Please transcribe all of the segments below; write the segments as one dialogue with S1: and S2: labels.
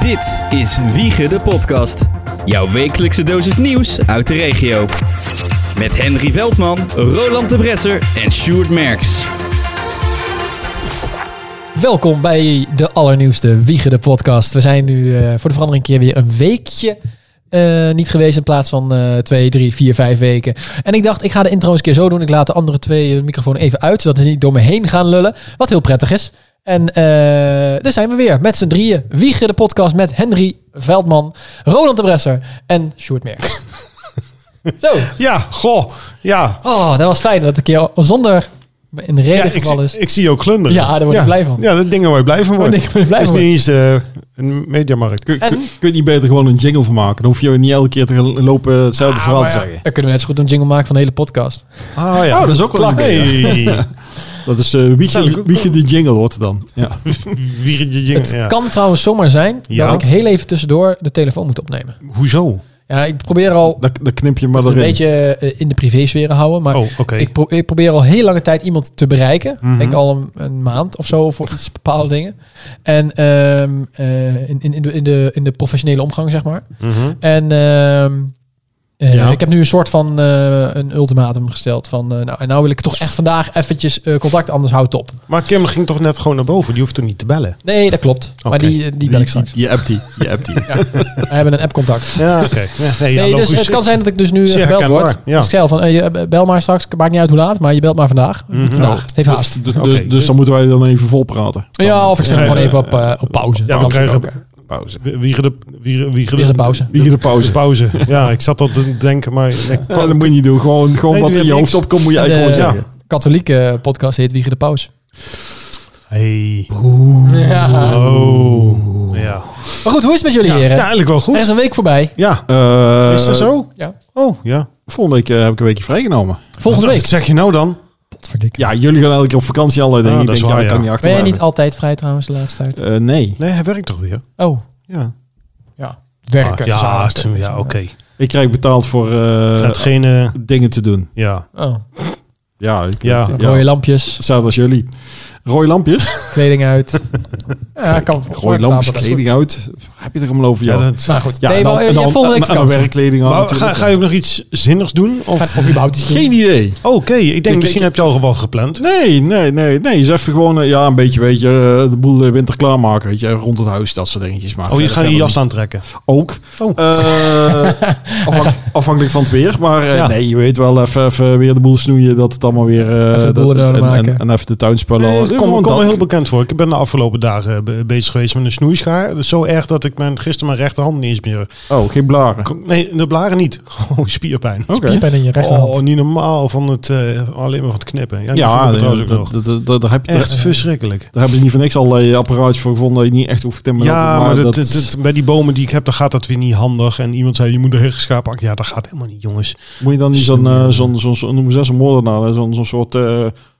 S1: Dit is Wiegen de Podcast. Jouw wekelijkse dosis nieuws uit de regio. Met Henry Veldman, Roland de Bresser en Sjoerd Merks.
S2: Welkom bij de allernieuwste Wiegen de podcast. We zijn nu eh, voor de verandering een keer weer een weekje eh, niet geweest in plaats van eh, twee, drie, vier, vijf weken. En ik dacht, ik ga de intro eens een keer zo doen. Ik laat de andere twee eh, microfoon even uit, zodat ze niet door me heen gaan lullen. Wat heel prettig is. En eh, daar zijn we weer met z'n drieën. Wiegen de podcast met Henry Veldman, Roland de Bresser en Sjoerd Merk. zo.
S3: Ja, goh. Ja.
S2: Oh, dat was fijn dat ik een keer zonder in de
S3: ja
S2: reden
S3: ik,
S2: geval
S3: zie,
S2: is.
S3: ik zie jou klunderen.
S2: Ja, daar word ik blij van.
S3: Ja, dat ding waar je blij van wordt.
S2: Daar word ik blij
S3: Dat is
S2: van.
S3: niet eens eh, een mediamarkt.
S4: Kun,
S2: En?
S4: kun, kun je niet beter gewoon een jingle van maken? Dan hoef je niet elke keer te gaan lopen hetzelfde verhaal te
S3: Ah, maar ja.
S4: zeggen.
S2: Dan kunnen we net zo goed een jingle maken van de hele podcast.
S3: Ah ja.
S4: Oh, dat is ook wel een idee.
S3: Hey.
S4: Dat is eh
S3: Zou ik
S4: wiegje,
S3: ook
S4: wiegje de jingle hoort het dan. Ja.
S3: Wierentje jing-
S2: Het
S3: ja.
S2: kan trouwens zomaar zijn
S3: Ja.
S2: dat ik heel even tussendoor de telefoon moet opnemen.
S3: Hoezo?
S2: Ja, ik probeer al
S4: Dan, dan knip je maar
S2: het een
S4: erin.
S2: beetje eh, in de privésfeer te houden, maar
S3: Oh, oké. Mhm.
S2: ik, pro- ik probeer al heel lange tijd iemand te bereiken. Denk al een, een maand of zo voor iets bepaalde dingen. En ehm, eh, in, in, in, de, in, de, in de professionele omgang, zeg maar.
S3: Mhm.
S2: En ehm, eh,
S4: Ja.
S2: ik heb nu een soort van eh, een ultimatum gesteld van, eh, nou, en nou wil ik toch echt vandaag eventjes eh, contact, anders houd het op.
S3: Maar Kim ging toch net gewoon naar boven? Die hoeft toen niet te bellen?
S2: Nee, dat klopt. Maar
S3: Oké.
S2: die, die bel ik straks.
S4: Je appt die. Je appt die.
S2: We hebben een app-contact.
S3: Ja, oké. Ja, nee, ja,
S2: nee, dus
S3: logisch.
S2: het kan zijn dat ik dus nu eh,
S3: Zeer
S2: gebeld word.
S3: herkenbaar, ja.
S2: Dus ik zei al van, eh, je bel maar straks. Maakt niet uit hoe laat, maar je belt maar vandaag.
S3: Mhm.
S2: Vandaag. Het heeft haast.
S4: Dus,
S3: Oké.
S4: dus, dus dan moeten wij dan even vol praten.
S2: Ja, of ik zet hem
S3: Ja,
S2: gewoon
S3: ja,
S2: even op, eh, op pauze.
S3: Dus Ja,
S2: Dat
S3: we
S2: kan
S3: krijgen
S2: natuurlijk ook,
S3: pauze. Wiegen de, wiegen, wiegen
S2: hè. Weer een pauze.
S4: Wiegje de pauze.
S3: Pauze. Ja, ik zat al te denken, maar...
S4: Ja, dat moet je niet doen. Gewoon, gewoon
S3: Nee,
S4: wat
S3: doe
S4: in
S3: je
S4: je
S3: niks.
S4: hoofd opkomt moet je eigenlijk
S2: De-
S4: gewoon
S3: ja.
S4: zeggen.
S2: Katholieke podcast heet Wiegen de Pauze.
S3: Hey.
S2: Ja. Maar
S3: Oh. Ja.
S2: goed, hoe is het met jullie
S3: ja,
S2: heren?
S3: eigenlijk wel
S2: Er is
S3: goed.
S2: een week voorbij.
S3: Ja.
S4: Eh,
S3: Is dat zo?
S2: Ja.
S3: Oh, ja.
S4: Volgende week eh, heb ik een weekje vrijgenomen.
S2: Volgende
S3: Wat
S2: week.
S3: zeg je nou dan?
S2: Potverdikke.
S4: Ja, jullie gaan elke keer op vakantie allerlei dingen.
S3: Ja,
S4: ik
S3: Ah, dat
S4: denk,
S3: is
S4: ja,
S3: waar,
S4: ik kan
S3: ja.
S4: niet
S2: Ben jij niet
S4: achterblijven.
S2: altijd vrij trouwens de laatste tijd?
S4: Eh, nee.
S3: Nee, hij werkt toch weer?
S2: Oh,
S3: Ja.
S2: ja. Werken.
S3: Ah,
S2: dat is
S3: ja,
S2: hard.
S3: het- ja oké.
S4: Ik krijg betaald voor eh,
S3: Hetgene,
S4: dingen te doen.
S3: ja.
S2: Oh,
S4: Ja, ik,
S3: Ja.
S2: rode lampjes,
S4: Hetzelfde als jullie. Rooi lampjes.
S2: kleding uit. ja, kan
S4: Rooi lampjes, kleding uit. Heb je het er allemaal over,
S3: ja
S4: jou? Ja,
S3: dat,
S2: Nou goed,
S4: en
S2: nee,
S4: dan-
S2: maar,
S4: en
S2: eh,
S4: dan-
S2: volgende week
S4: en dan
S2: vakantie.
S4: werkkleding aan
S3: maar ga,
S4: natuurlijk.
S3: ga je ook nog iets zinnigs doen? Of,
S2: Gaat- Of überhaupt iets doen.
S4: Geen idee.
S3: Oké, ik denk
S4: Ik-
S3: misschien
S4: ik-
S3: heb je al wat gepland.
S4: Nee, nee, nee, nee. Is even gewoon eh, ja, een beetje, weet je, eh, de boel eh, winter klaarmaken, weet je, rond het huis, dat soort dingetjes. Maar
S3: Oh, je
S4: verder-
S3: gaat je
S4: verder
S3: jas aantrekken.
S4: niet. ook.
S3: Oh.
S4: Eh, afhan- afhankelijk van het weer, maar eh,
S3: Ja.
S4: nee, je weet wel, even, even weer de boel snoeien, dat het allemaal weer eh,
S2: Even de boel
S4: dat-
S2: in orde
S4: en,
S2: maken.
S4: en, en even de tuinspullen.
S3: Nee,
S4: al-
S3: het
S4: gewoon
S3: komt Eh, kom me
S4: dat.
S3: heel bekend voor. Ik ben de afgelopen dagen be- bezig geweest met een snoeischaar. Dus Zo erg dat ik mijn, gisteren mijn rechterhand niet eens meer...
S4: Oh, geen blaren. Oké.
S3: Nee, de blaren niet. Gewoon spierpijn.
S2: Spierpijn in je rechterhand.
S3: Oh, niet normaal van het, eh, alleen maar van het knippen. Ja, ja
S4: Ja,
S3: dat
S4: nee,
S3: trouwens ook
S4: dat-
S3: nog.
S4: dat- dat- dat- daar heb je
S3: Echt verschrikkelijk.
S4: Daar hebben ze niet voor niks allerlei apparaatjes voor gevonden. dat je niet echt hoeft te
S3: Ja, maar, dat, dat, dat- bij die bomen die ik heb, dan gaat dat weer niet handig. En iemand zei, je moet de heggenschaap pakken. Ja, dat gaat helemaal niet, jongens.
S4: moet je dan niet zo'n, eh, zo'n, zo'n, zo'n noemen ze dat, zo'n moordenaar, hè? zo'n, zo'n soort, eh,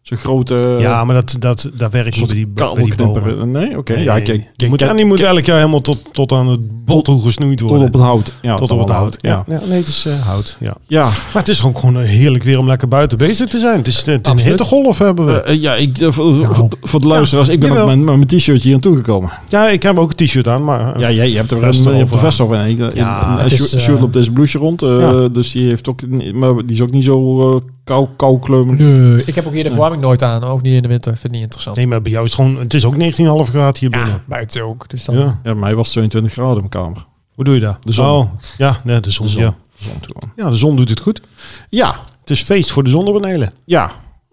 S4: zo'n grote... eh,
S3: ja, maar dat, dat, dat werkt niet
S4: soort
S3: bij die, bij die
S4: kabelknipper.
S3: bomen.
S4: Nee, oké.
S3: Nee,
S4: ja,
S3: nee.
S4: ik, ik,
S3: Die moet,
S4: ik-
S3: en die moet elk jaar helemaal tot, tot aan het bot hoe gesnoeid
S4: tot
S3: worden.
S4: op het hout. Ja,
S3: Tot op het hout. Ja.
S4: Ja.
S3: Ja, nee, het is eh, hout. Ja.
S4: Ja,
S3: Maar het is gewoon, gewoon eh, heerlijk weer om lekker buiten bezig te zijn. Het is, het is een
S2: Absoluut.
S3: hittegolf hebben we.
S4: Eh, eh, ja ik, eh, voor, voor- voor de luisteraars, ik ben
S3: nou. jawel.
S4: met mijn, met mijn t-shirtje hier naartoe gekomen.
S3: ja, ik heb ook een eh. t-shirt aan, maar...
S4: Ja, jij, je hebt er een,
S3: vest
S4: je hebt
S3: erover
S4: er
S3: aan.
S4: vest over. En, ik-
S3: Ja,
S4: en- en
S2: het is,
S4: Sjoerd-
S2: eh,
S4: Sjoerd loopt deze blouseje rond, eh,
S3: ja.
S4: dus die, heeft ook, niet- maar die is ook niet zo eh, kou, koukleumig.
S2: Nee, Eh, ik heb ook hier de verwarming nooit aan. Ook niet in de winter. Vind ik niet interessant.
S3: Nee, maar bij jou is het gewoon... Het is ook 19,5 graden hier binnen.
S2: buiten ook. Dus dan...
S3: Ja.
S4: Ja, mij was 22 graden in mijn kamer.
S3: Hoe doe je dat?
S4: De zon.
S3: Oh, ja, nee, de zon.
S4: De zon.
S3: Ja.
S4: Zon toen.
S3: ja, de zon doet het goed.
S4: Ja,
S3: Het is feest voor de zonnepanelen.
S4: ja.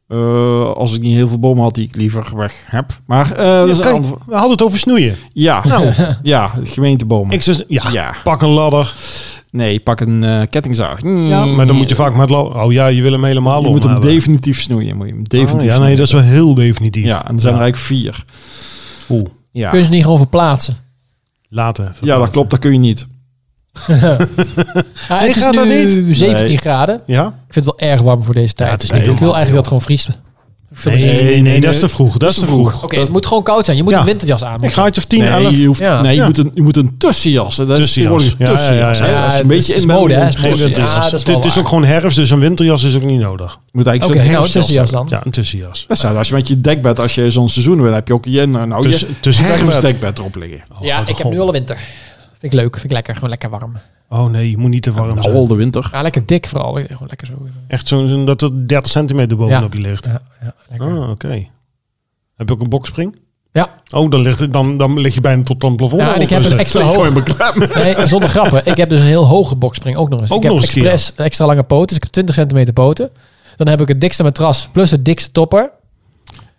S4: Eh, als ik niet heel veel bomen had die ik liever weg heb. Maar eh, dat
S3: Ja,
S4: is een
S3: kijk,
S4: ander-
S3: we hadden het over snoeien.
S4: Ja,
S3: Nou,
S4: ja, gemeentebomen.
S3: ik zei, ja,
S4: Ja.
S3: pak een ladder.
S4: Nee, pak een eh, kettingzaag. Mm.
S3: Ja, maar dan moet je vaak met ladder. Oh ja, je wil hem helemaal
S4: Je moet hem
S3: hebben.
S4: definitief snoeien. Moet je hem
S3: Ah,
S4: definitief
S3: ja, nee,
S4: snoeien.
S3: dat is wel heel definitief.
S4: Ja, en er zijn er eigenlijk vier.
S3: Oeh,
S4: Ja.
S2: Kun je ze niet gewoon verplaatsen?
S3: later.
S4: ja, dat klopt. Dat kun je niet.
S2: Ja,
S3: Nee,
S2: Ah, het is
S3: gaat dat
S2: nu
S3: niet?
S2: 17
S4: Nee.
S2: graden.
S3: Ja?
S2: Ik vind het wel erg warm voor deze tijd.
S3: het is
S2: ik
S3: niet
S2: wil eigenlijk dat het gewoon vriest. vul
S3: Nee,
S2: eens in.
S3: nee, nee,
S4: nee,
S3: dat is te
S4: nee.
S3: vroeg. Dat is te vroeg.
S2: Oké, het moet gewoon koud zijn. Je moet
S3: Ja.
S2: een winterjas aan.
S3: Ik ga het of 10,
S4: Nee,
S3: 11.
S4: je, hoeft,
S2: Ja.
S4: nee je,
S3: Ja.
S4: moet een, je moet een tussenjas. Dat is
S3: Tussenjas.
S4: tegenwoordig een
S3: Ja, ja, ja,
S4: tussenjas.
S3: ja.
S4: hè.
S2: Ja,
S4: Als je een
S2: het
S4: beetje
S2: is-
S4: in
S2: het is
S4: bent,
S2: mode, hè.
S4: moet-
S2: Het is
S3: Geen
S2: mode.
S4: moet-
S3: winterjas.
S2: Ja, dat is wel
S3: het is
S2: waar.
S3: ook gewoon herfst, dus een winterjas is ook niet nodig.
S4: moet
S2: Oké,
S4: eigenlijk zo'n
S2: nou, een
S4: herfstjas
S2: tussenjas
S4: hebben.
S2: dan.
S3: Ja, een tussenjas.
S4: Dat staat als je met je dekbed, als je zo'n seizoen bent, heb je ook je, nou,
S3: Tussen-
S4: je
S3: tussen
S4: herfstdekbed erop liggen.
S3: Oh,
S2: ja,
S3: grote
S2: ik heb
S3: god.
S2: nu al een winter. Vind ik leuk, vind ik lekker. Gewoon lekker warm.
S3: Oh nee, je moet niet te warm
S4: Nou,
S3: zijn.
S4: al de winter.
S2: Ja, lekker dik vooral. Gewoon lekker zo.
S3: Echt zo'n zo'n- dat er 30 centimeter bovenop je ligt.
S2: Ja, ja, lekker.
S3: Ah, oké. Heb je ook een bokspring?
S2: Ja.
S3: Oh, dan ligt, het- dan, dan lig je bijna tot aan het plafond. dus,
S2: Ja,
S3: eh,
S2: en ik heb
S3: ondertussen.
S2: een extra hoog. Nee, zonder grappen. Ik heb dus een heel hoge boxspring ook nog eens.
S3: Ook
S2: ik heb
S3: nog eens een keer.
S2: expres extra lange poten. Dus ik heb 20 centimeter poten. Dan heb ik het dikste matras plus het dikste topper.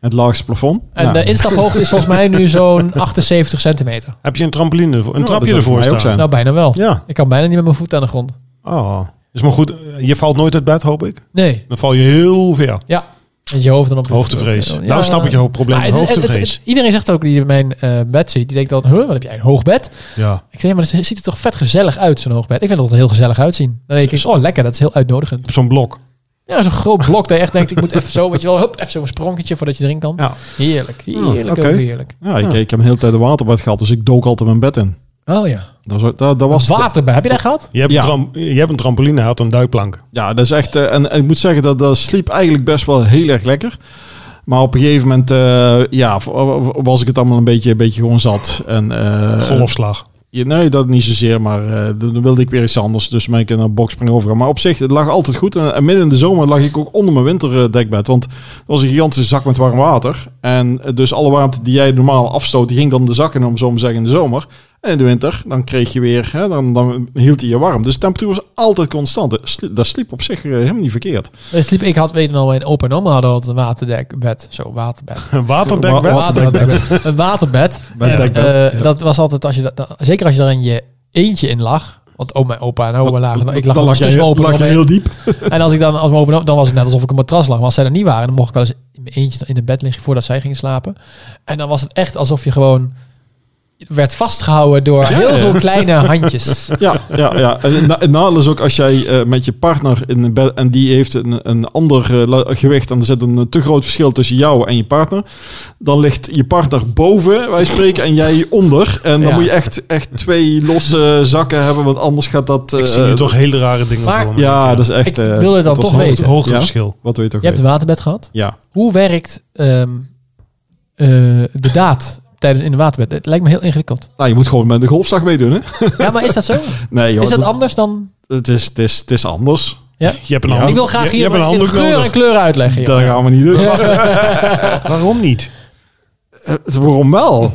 S4: Het laagste plafond.
S2: En
S4: Nou,
S2: de instaphoogte is volgens mij nu zo'n 78 centimeter.
S3: Heb je een trampoline, ervoor- een
S4: Nou, dat
S3: trapje
S4: zou voor
S3: ervoor
S4: mij ook
S3: staan?
S4: zijn.
S2: Nou, bijna wel.
S3: Ja.
S2: Ik kan bijna niet met mijn voet aan de grond.
S3: Oh. Is maar goed, je valt nooit uit bed, hoop ik.
S2: Nee.
S3: Dan val je heel ver.
S2: Ja. Met je hoofd dan op de
S3: Hoogtevrees.
S2: Ja.
S3: Nou snap ik je probleem,
S2: Maar het is- het- het-
S3: hoogtevrees.
S2: het- iedereen zegt ook die mijn eh, bed ziet. Die denkt dan, huh, wat heb jij, een hoog bed?
S3: Ja.
S2: Ik zeg, ja, maar het ziet er toch vet gezellig uit, zo'n hoog bed. Ik vind dat er heel gezellig uitzien. Dan denk ik, oh lekker, dat is heel uitnodigend.
S3: Op zo'n blok.
S2: Ja, zo'n groot blok dat je echt denkt, ik moet even zo, weet je wel, hup, even zo'n sprongetje voordat je erin kan.
S3: Ja.
S2: Heerlijk,
S4: Oh,
S2: heerlijk,
S3: oké.
S2: ook heerlijk.
S4: ja, ik, ik heb een hele tijd een waterbad gehad, dus ik dook altijd mijn bed in.
S2: Oh ja.
S4: Dat was, dat, dat was het.
S2: Water bij, heb je dat gehad?
S3: Je hebt,
S4: Ja.
S3: een, tram, je hebt een trampoline, had een duikplank.
S4: Ja, dat is echt. eh, en, en ik moet zeggen dat dat sliep eigenlijk best wel heel erg lekker. Maar op een gegeven moment eh, ja, v- w- was ik het allemaal een beetje, een beetje gewoon zat. En, eh,
S3: Golfslag.
S4: je- nee, dat niet zozeer. Maar eh, dan dan wilde ik weer iets anders. Dus ben ik naar bokspring overgaan. Maar op zich, het lag altijd goed. En, en midden in de zomer lag ik ook onder mijn winterdekbed. Want het was een gigantische zak met warm water. En eh, dus alle warmte die jij normaal afstoot, die ging dan de zak in, om zo maar te zeggen, in de zomer. En in de winter, dan kreeg je weer, hè, dan, dan hield hij je warm. Dus de temperatuur was altijd constant. Dat sliep- Dat sliep op zich eh, helemaal niet verkeerd.
S2: Dus liep, ik had, weet je nog, mijn opa en oma hadden altijd een waterdekbed. Zo, waterbed.
S3: Een waterdekbed.
S4: Wa-
S2: Waterdekbed. Een waterbed.
S4: Met dekbed.
S2: Eh, Dat was altijd, als je dat, dat- zeker als je daar in je eentje in lag. Want oma en opa en oma lagen, ik lag
S4: dan
S2: wel
S4: lag je,
S2: tussen mijn opa en
S4: lag je
S2: oma
S4: heel diep.
S2: En als ik dan als mijn open dan was het net alsof ik een matras lag. Maar als zij er niet waren, dan mocht ik wel eens in mijn eentje in het bed liggen voordat zij gingen slapen. En dan was het echt alsof je gewoon werd vastgehouden door heel veel kleine handjes.
S4: Ja, ja, ja. En na- het nadeel is ook als jij eh, met je partner in een bed en die heeft een, een ander eh, la- gewicht en er zit een eh, te groot verschil tussen jou en je partner, dan ligt je partner boven, wij spreken, en jij onder. En dan
S2: Ja.
S4: moet je echt, echt twee losse zakken hebben, want anders gaat dat. eh,
S3: Ik zie je toch hele rare dingen
S2: maar-
S3: voor me.
S4: Ja, dat is echt.
S2: Ik
S4: eh,
S2: wilde dan
S4: dat was
S2: toch
S4: hoogte-
S2: weten.
S3: Hoogteverschil.
S4: Wat wil je toch
S2: Je hebt een
S4: weten?
S2: waterbed gehad.
S4: Ja.
S2: Hoe werkt ehm, eh, de daad tijdens in een waterbed? Het lijkt me heel ingewikkeld.
S4: Nou, je moet gewoon met de golfslag meedoen, hè?
S2: Ja, maar is dat zo?
S4: Nee, joh,
S2: Is dat
S4: dat-
S2: anders dan...
S4: het, is, het, is, het is anders.
S2: Ja?
S3: Je hebt een
S2: Ik
S3: handdoek-
S2: wil graag
S3: je-
S2: hier
S3: je hebt een
S2: in
S3: handdoek
S2: geur en
S3: nodig.
S2: kleur uitleggen. joh.
S4: Dat gaan we niet doen.
S3: Waarom niet?
S4: Eh, Waarom wel?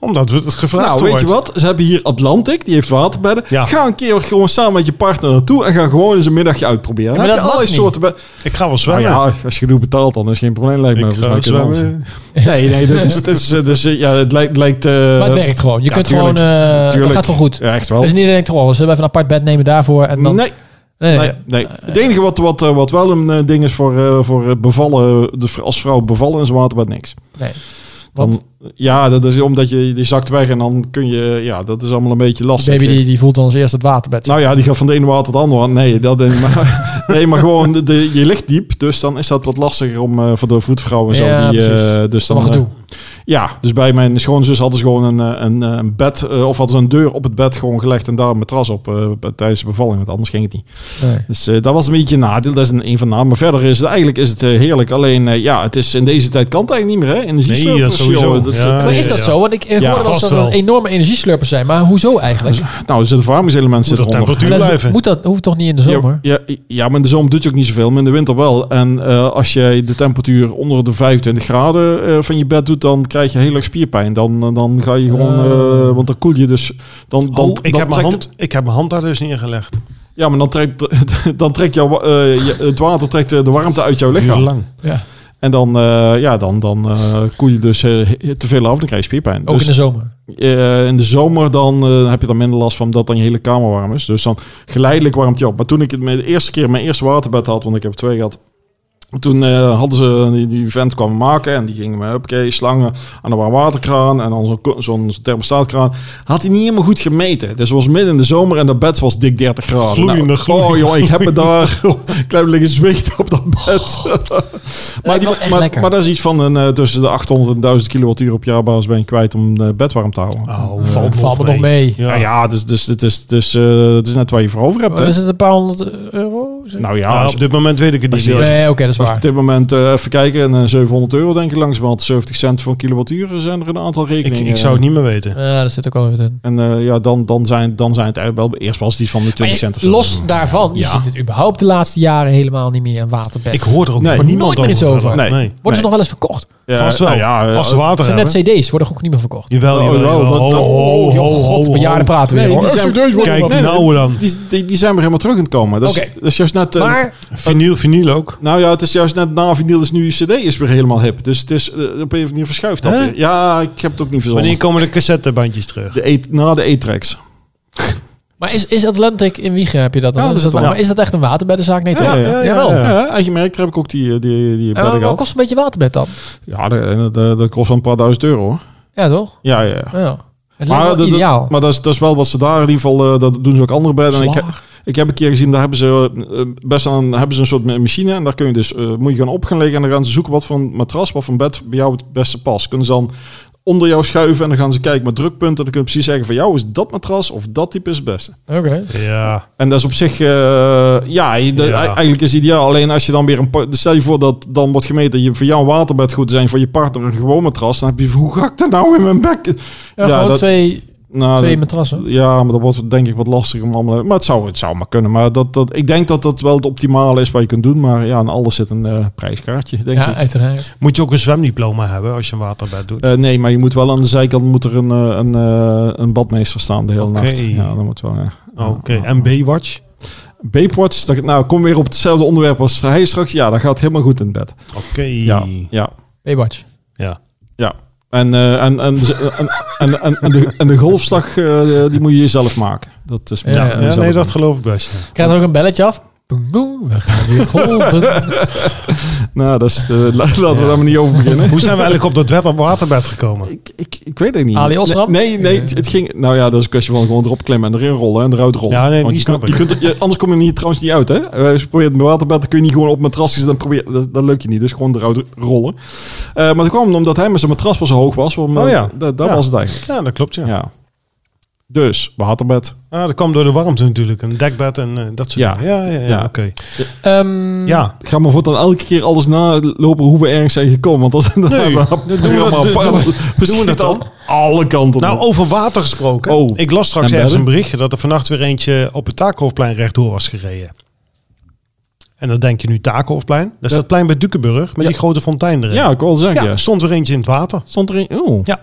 S3: Omdat we het gevraagd
S4: Nou, weet
S3: wordt.
S4: je wat? Ze hebben hier Atlantic, die heeft waterbedden.
S3: Ja.
S4: Ga een keer gewoon samen met je partner naartoe en ga gewoon eens een middagje uitproberen.
S2: Ja,
S4: Dan
S2: maar
S4: heb je
S2: dat mag
S4: allerlei
S2: niet.
S4: soorten bedden.
S3: Ik ga wel
S4: Nou
S3: zwemmen.
S4: ja, als je genoeg betaalt, dan is geen probleem, lijkt me.
S3: ik
S4: Volgens mij
S3: ga
S4: kun je wel
S3: zwemmen.
S4: eens. Nee, nee, dat is, dat is, eh, dus, eh, ja, het lijkt... lijkt eh,
S2: Maar het werkt gewoon. Je
S4: ja,
S2: kunt
S4: tuurlijk.
S2: gewoon... eh
S4: tuurlijk.
S2: Het gaat gewoon goed.
S4: Ja, echt wel.
S2: Dus niet iedereen denkt, oh, we zullen even een apart bed nemen daarvoor. En dan,
S4: nee,
S2: Nee,
S4: nee, nee. Het enige wat, wat, eh, wat wel een eh, ding is voor, eh, voor eh, bevallen, dus als vrouw bevallen in zo'n waterbed, niks.
S2: nee.
S4: Dan,
S2: Want
S4: ja, dat is omdat je die zakt weg en dan kun je, ja, dat is allemaal een beetje
S2: die
S4: lastig.
S2: baby die, die voelt dan als eerst het waterbed.
S4: Nou ja, die gaat van de ene water tot de andere. Want Nee, dat denk ik maar. nee, maar gewoon, de, de- je ligt diep. Dus dan is dat wat lastiger om eh, voor de voetvrouwen en zo.
S2: Ja,
S4: die, eh,
S2: precies.
S4: dus dan,
S2: dan, gedoe.
S4: eh, ja, dus bij mijn schoonzus hadden ze gewoon een, eh, een, eh, een bed. eh, of hadden ze een deur op het bed gewoon gelegd. En daar een matras op eh, bij- tijdens de bevalling. Want anders ging het niet.
S2: Nee.
S4: Dus eh, dat was een beetje een nadeel. Dat is een, een van de namen. Maar verder is het eigenlijk is het, eh, heerlijk. Alleen eh, ja, het is in deze tijd kan het eigenlijk niet meer. Hè? Energieslurpers,
S3: Nee, dat sowieso.
S4: dus, joh. Dat-
S3: Ja.
S2: Maar is dat
S3: ja.
S2: zo? Want ik eh,
S4: Ja,
S2: hoorde wel eens
S3: vast
S2: dat er
S3: wel.
S2: enorme energieslurpers zijn. Maar hoezo eigenlijk?
S4: Nou, er zitten verwarmingselementen
S3: Moet
S4: zitten
S3: dat
S4: eronder.
S3: temperatuur
S2: Maar dat-
S3: blijven.
S2: moet dat hoeft toch niet in de zomer?
S4: Ja, ja, ja, maar in de zomer doet je ook niet zoveel, maar in de winter wel. En eh, als je de temperatuur onder de 25 graden eh, van je bed doet, dan krijg je heel erg spierpijn. Dan, eh, dan ga je gewoon,
S2: Ah.
S4: eh, want dan koel je dus. Dan, dan,
S3: Oh, ik,
S4: dan
S3: heb mijn
S4: trekt-
S3: hand, ik heb mijn hand daar dus neergelegd.
S4: Ja, maar dan trekt, dan trekt jouw, wa- eh, je- het water trekt eh, de warmte uit jouw lichaam.
S3: lang.
S2: Ja.
S4: En dan, eh, ja, dan, dan eh, koel je dus eh, te veel af, dan krijg je spierpijn.
S2: Ook
S4: Dus-
S2: in de zomer.
S4: eh, in de zomer dan eh, heb je dan minder last van dat dan je hele kamer warm is. Dus dan geleidelijk warmt je op. Maar toen ik het met de eerste keer mijn eerste waterbed had, want ik heb er twee gehad. Toen eh, hadden ze die, die vent kwamen maken en die ging met oké slangen aan de warm waterkraan en dan zo'n ko- zo'n thermostaatkraan. Had hij niet helemaal goed gemeten. Dus het was midden in de zomer en dat bed was dik 30 graden.
S3: Gloeiende,
S4: Oh
S3: gloeiende,
S4: joh, ik heb me daar klein liggen zwicht op dat bed.
S3: Oh.
S4: maar,
S2: wel echt
S4: maar,
S2: lekker.
S4: maar dat is iets van een, eh, tussen de 800 en 1000 kilowattuur op jaarbasis ben je kwijt om het bed warm te houden.
S3: Oh, valt,
S2: valt
S3: nog
S2: me nog mee.
S4: Eh, Ja,
S3: Ja,
S4: ja dus, dus, het is dus, eh, het is net waar je voor over hebt. hè.
S2: Oh, Is het een paar honderd euro?
S4: Nou ja,
S3: Ja,
S4: als-
S3: op dit moment weet ik het
S4: als
S3: niet
S4: je-
S3: meer.
S2: Nee, oké, dat is
S4: Als we
S2: waar.
S4: op dit moment eh, even kijken, en, eh, 700 euro denk ik langzamerhand, 70 cent voor een kilowattuur eh, zijn er een aantal
S3: Ik,
S4: rekeningen.
S3: ik zou het niet meer
S4: eh,
S3: weten.
S2: Ja, daar zit ook wel even in.
S4: En eh, ja, dan, dan, zijn, dan zijn het eigenlijk wel, eerst was die van de 20 cent of zo.
S2: Los daarvan, je
S4: Ja.
S2: ziet het überhaupt de laatste jaren helemaal niet meer een waterbed.
S3: Ik hoor er ook
S4: Nee.
S3: van niemand
S2: Nooit meer iets
S3: over.
S2: over.
S3: verder.
S4: Nee.
S2: Worden ze nog wel eens verkocht?
S4: Ja,
S3: Vast wel.
S4: nou ja, eh,
S3: Als ze water
S2: Het zijn net
S3: hebben.
S2: cd's, worden ook niet meer verkocht.
S3: Jawel,
S4: Oh,
S3: jawel,
S4: oh,
S3: jawel.
S4: dat-
S3: Ho,
S4: dat-
S3: ho,
S2: Oh,
S3: ho,
S2: joh,
S3: ho,
S2: god,
S3: ho.
S2: bejaarden praten weer.
S4: Nee,
S2: hoor.
S4: die zijn-
S2: Cd's worden
S3: Kijk
S2: verkocht.
S4: nee,
S3: nou dan.
S4: Die, die, die zijn weer helemaal terug aan het komen. Dat is,
S2: Oké.
S4: dat is juist net... eh,
S2: Maar,
S3: Vinyl, vinyl ook.
S4: nou ja, het is juist net na vinyl is nu cd is weer helemaal hip. Dus het is eh, op een of andere manier verschuift dat
S3: Hè?
S4: weer. Ja, ik heb het ook niet verzonnen.
S3: Wanneer komen de cassettebandjes terug?
S4: De e na de E-tracks.
S2: maar is, is Atlantic in Wiegen, heb je dat dan?
S4: Ja, dat
S2: is dat
S4: is
S2: wel.
S4: wel.
S2: Maar is dat echt een waterbeddenzaak? Nee, toch?
S4: Ja, ja,
S3: ja,
S2: Jawel.
S3: ja.
S4: Ja, eigen merk daar heb ik ook die, eh, die, die
S2: Eh,
S4: bedden
S2: wat
S4: gehad.
S2: kost een beetje waterbed dan?
S4: Ja, dat- dat dat kost wel een paar duizend euro. hoor.
S2: Ja, toch?
S4: Ja, ja, ja.
S2: Ja. Het lijkt
S4: Maar,
S2: wel
S4: dat- dat-
S2: ideaal.
S4: maar dat, is, dat is wel wat ze daar in ieder geval, eh, dat doen ze ook andere bedden. En ik, heb,
S2: Zwaar.
S4: ik heb een keer gezien, daar hebben ze eh, best aan, hebben ze een soort machine. En daar kun je dus, eh, moet je gaan op gaan liggen en dan gaan ze zoeken wat voor een matras, wat voor een bed bij jou het beste past. Kunnen ze dan onder jou schuiven en dan gaan ze kijken met drukpunten. Dan kun je precies zeggen van jou is dat matras of dat type is het beste.
S2: Oké.
S3: Ja.
S4: En dat is op zich, eh, ja, je- de-
S3: Ja.
S4: eigenlijk is het ideaal. Alleen als je dan weer een, pa- dus stel je voor dat dan wordt gemeten dat je voor jou een waterbed goed zijn, voor je partner een gewoon matras. Dan heb je, hoe ga ik dat nou in mijn bek?
S2: Ja, gewoon
S4: dat-
S2: twee,
S4: nou,
S2: twee
S4: dat-
S2: matrassen.
S4: ja, maar dat wordt denk ik wat lastig om allemaal. Maar het zou, het zou maar kunnen. Maar dat, dat, ik denk dat dat wel het optimale is wat je kunt doen. Maar ja, aan alles zit een eh, prijskaartje, denk
S2: Ja,
S4: ik.
S2: uiteraard.
S3: Moet je ook een zwemdiploma hebben als je een waterbed doet?
S4: Eh, nee, maar je moet wel aan de zijkant moet er een, eh, een, eh, een badmeester staan de hele
S3: Oké.
S4: nacht. Ja, dat moet wel. Ja.
S3: Oh, Oké,
S2: Oh,
S3: en B-Watch?
S4: Babewatch, dat, nou kom weer op hetzelfde onderwerp als hij straks. Ja, dat gaat helemaal goed in bed.
S3: Oké.
S4: Ja, ja,
S2: Baywatch.
S3: Ja.
S4: ja. En, eh, en, en, en, en, en, en de, en de golfslag, eh, die moet je jezelf maken. Dat is
S2: Ja,
S3: Ja,
S2: ja,
S4: jezelf
S3: nee,
S4: maken.
S3: dat geloof ik best. ja.
S2: Krijgt er ook een belletje af. Boem, boem, we gaan weer golven.
S4: Nou, dat is de- la- laten we daar maar niet over beginnen.
S3: Hoe zijn we eigenlijk op dat web op waterbed gekomen?
S4: Ik, ik, ik weet het niet.
S2: Ali Osram?
S4: Nee, nee, nee, het, het ging... Nou ja, dat is een kwestie van gewoon erop klimmen en erin rollen en eruit rollen.
S3: Ja, nee,
S4: Want
S3: die
S4: je
S3: snap
S4: kunt- je
S3: ik.
S4: kunt, er- je- Anders kom je niet, trouwens niet uit, hè? Eh, Als je probeert met waterbed, dan kun je niet gewoon op een matras zitten. Dan probeer, dat, dat lukt je niet, dus gewoon eruit rollen. Eh, maar dat kwam omdat hij met zijn matras wel zo hoog was. Want, eh,
S3: Oh ja.
S4: Dat, dat
S3: Ja.
S4: was het eigenlijk.
S3: Ja, dat klopt, ja.
S4: Ja. Dus, waterbed.
S3: Ah, dat kwam door de warmte natuurlijk. Een dekbed en eh, dat soort
S4: Ja.
S3: dingen. Ja, ja, ja,
S4: Ja.
S3: oké.
S2: Ehm,
S3: Ja.
S4: Ik ga maar voortaan elke keer alles nalopen hoe we ergens zijn gekomen. Want dat is dan
S3: Nee,
S4: hebben
S3: dat doen we-
S4: programma
S3: dat-
S4: apart.
S3: doen we-
S4: We
S3: doen we dat
S4: schieten
S3: dan?
S4: Alle kanten
S3: Nou,
S4: op.
S3: over water gesproken.
S4: Oh.
S3: Ik las straks
S4: En
S3: ergens
S4: bedden?
S3: een berichtje dat er vannacht weer eentje op het Takenhofplein rechtdoor was gereden. En dan denk je nu Takenhofplein. Dat is
S4: Ja.
S3: dat plein bij Dukenburg met
S4: Ja.
S3: die grote fontein erin.
S4: Ja, oh, ik wil wel zeggen.
S3: Ja,
S4: ja.
S3: stond weer eentje in het water.
S4: Stond erin... Oh.
S3: Ja.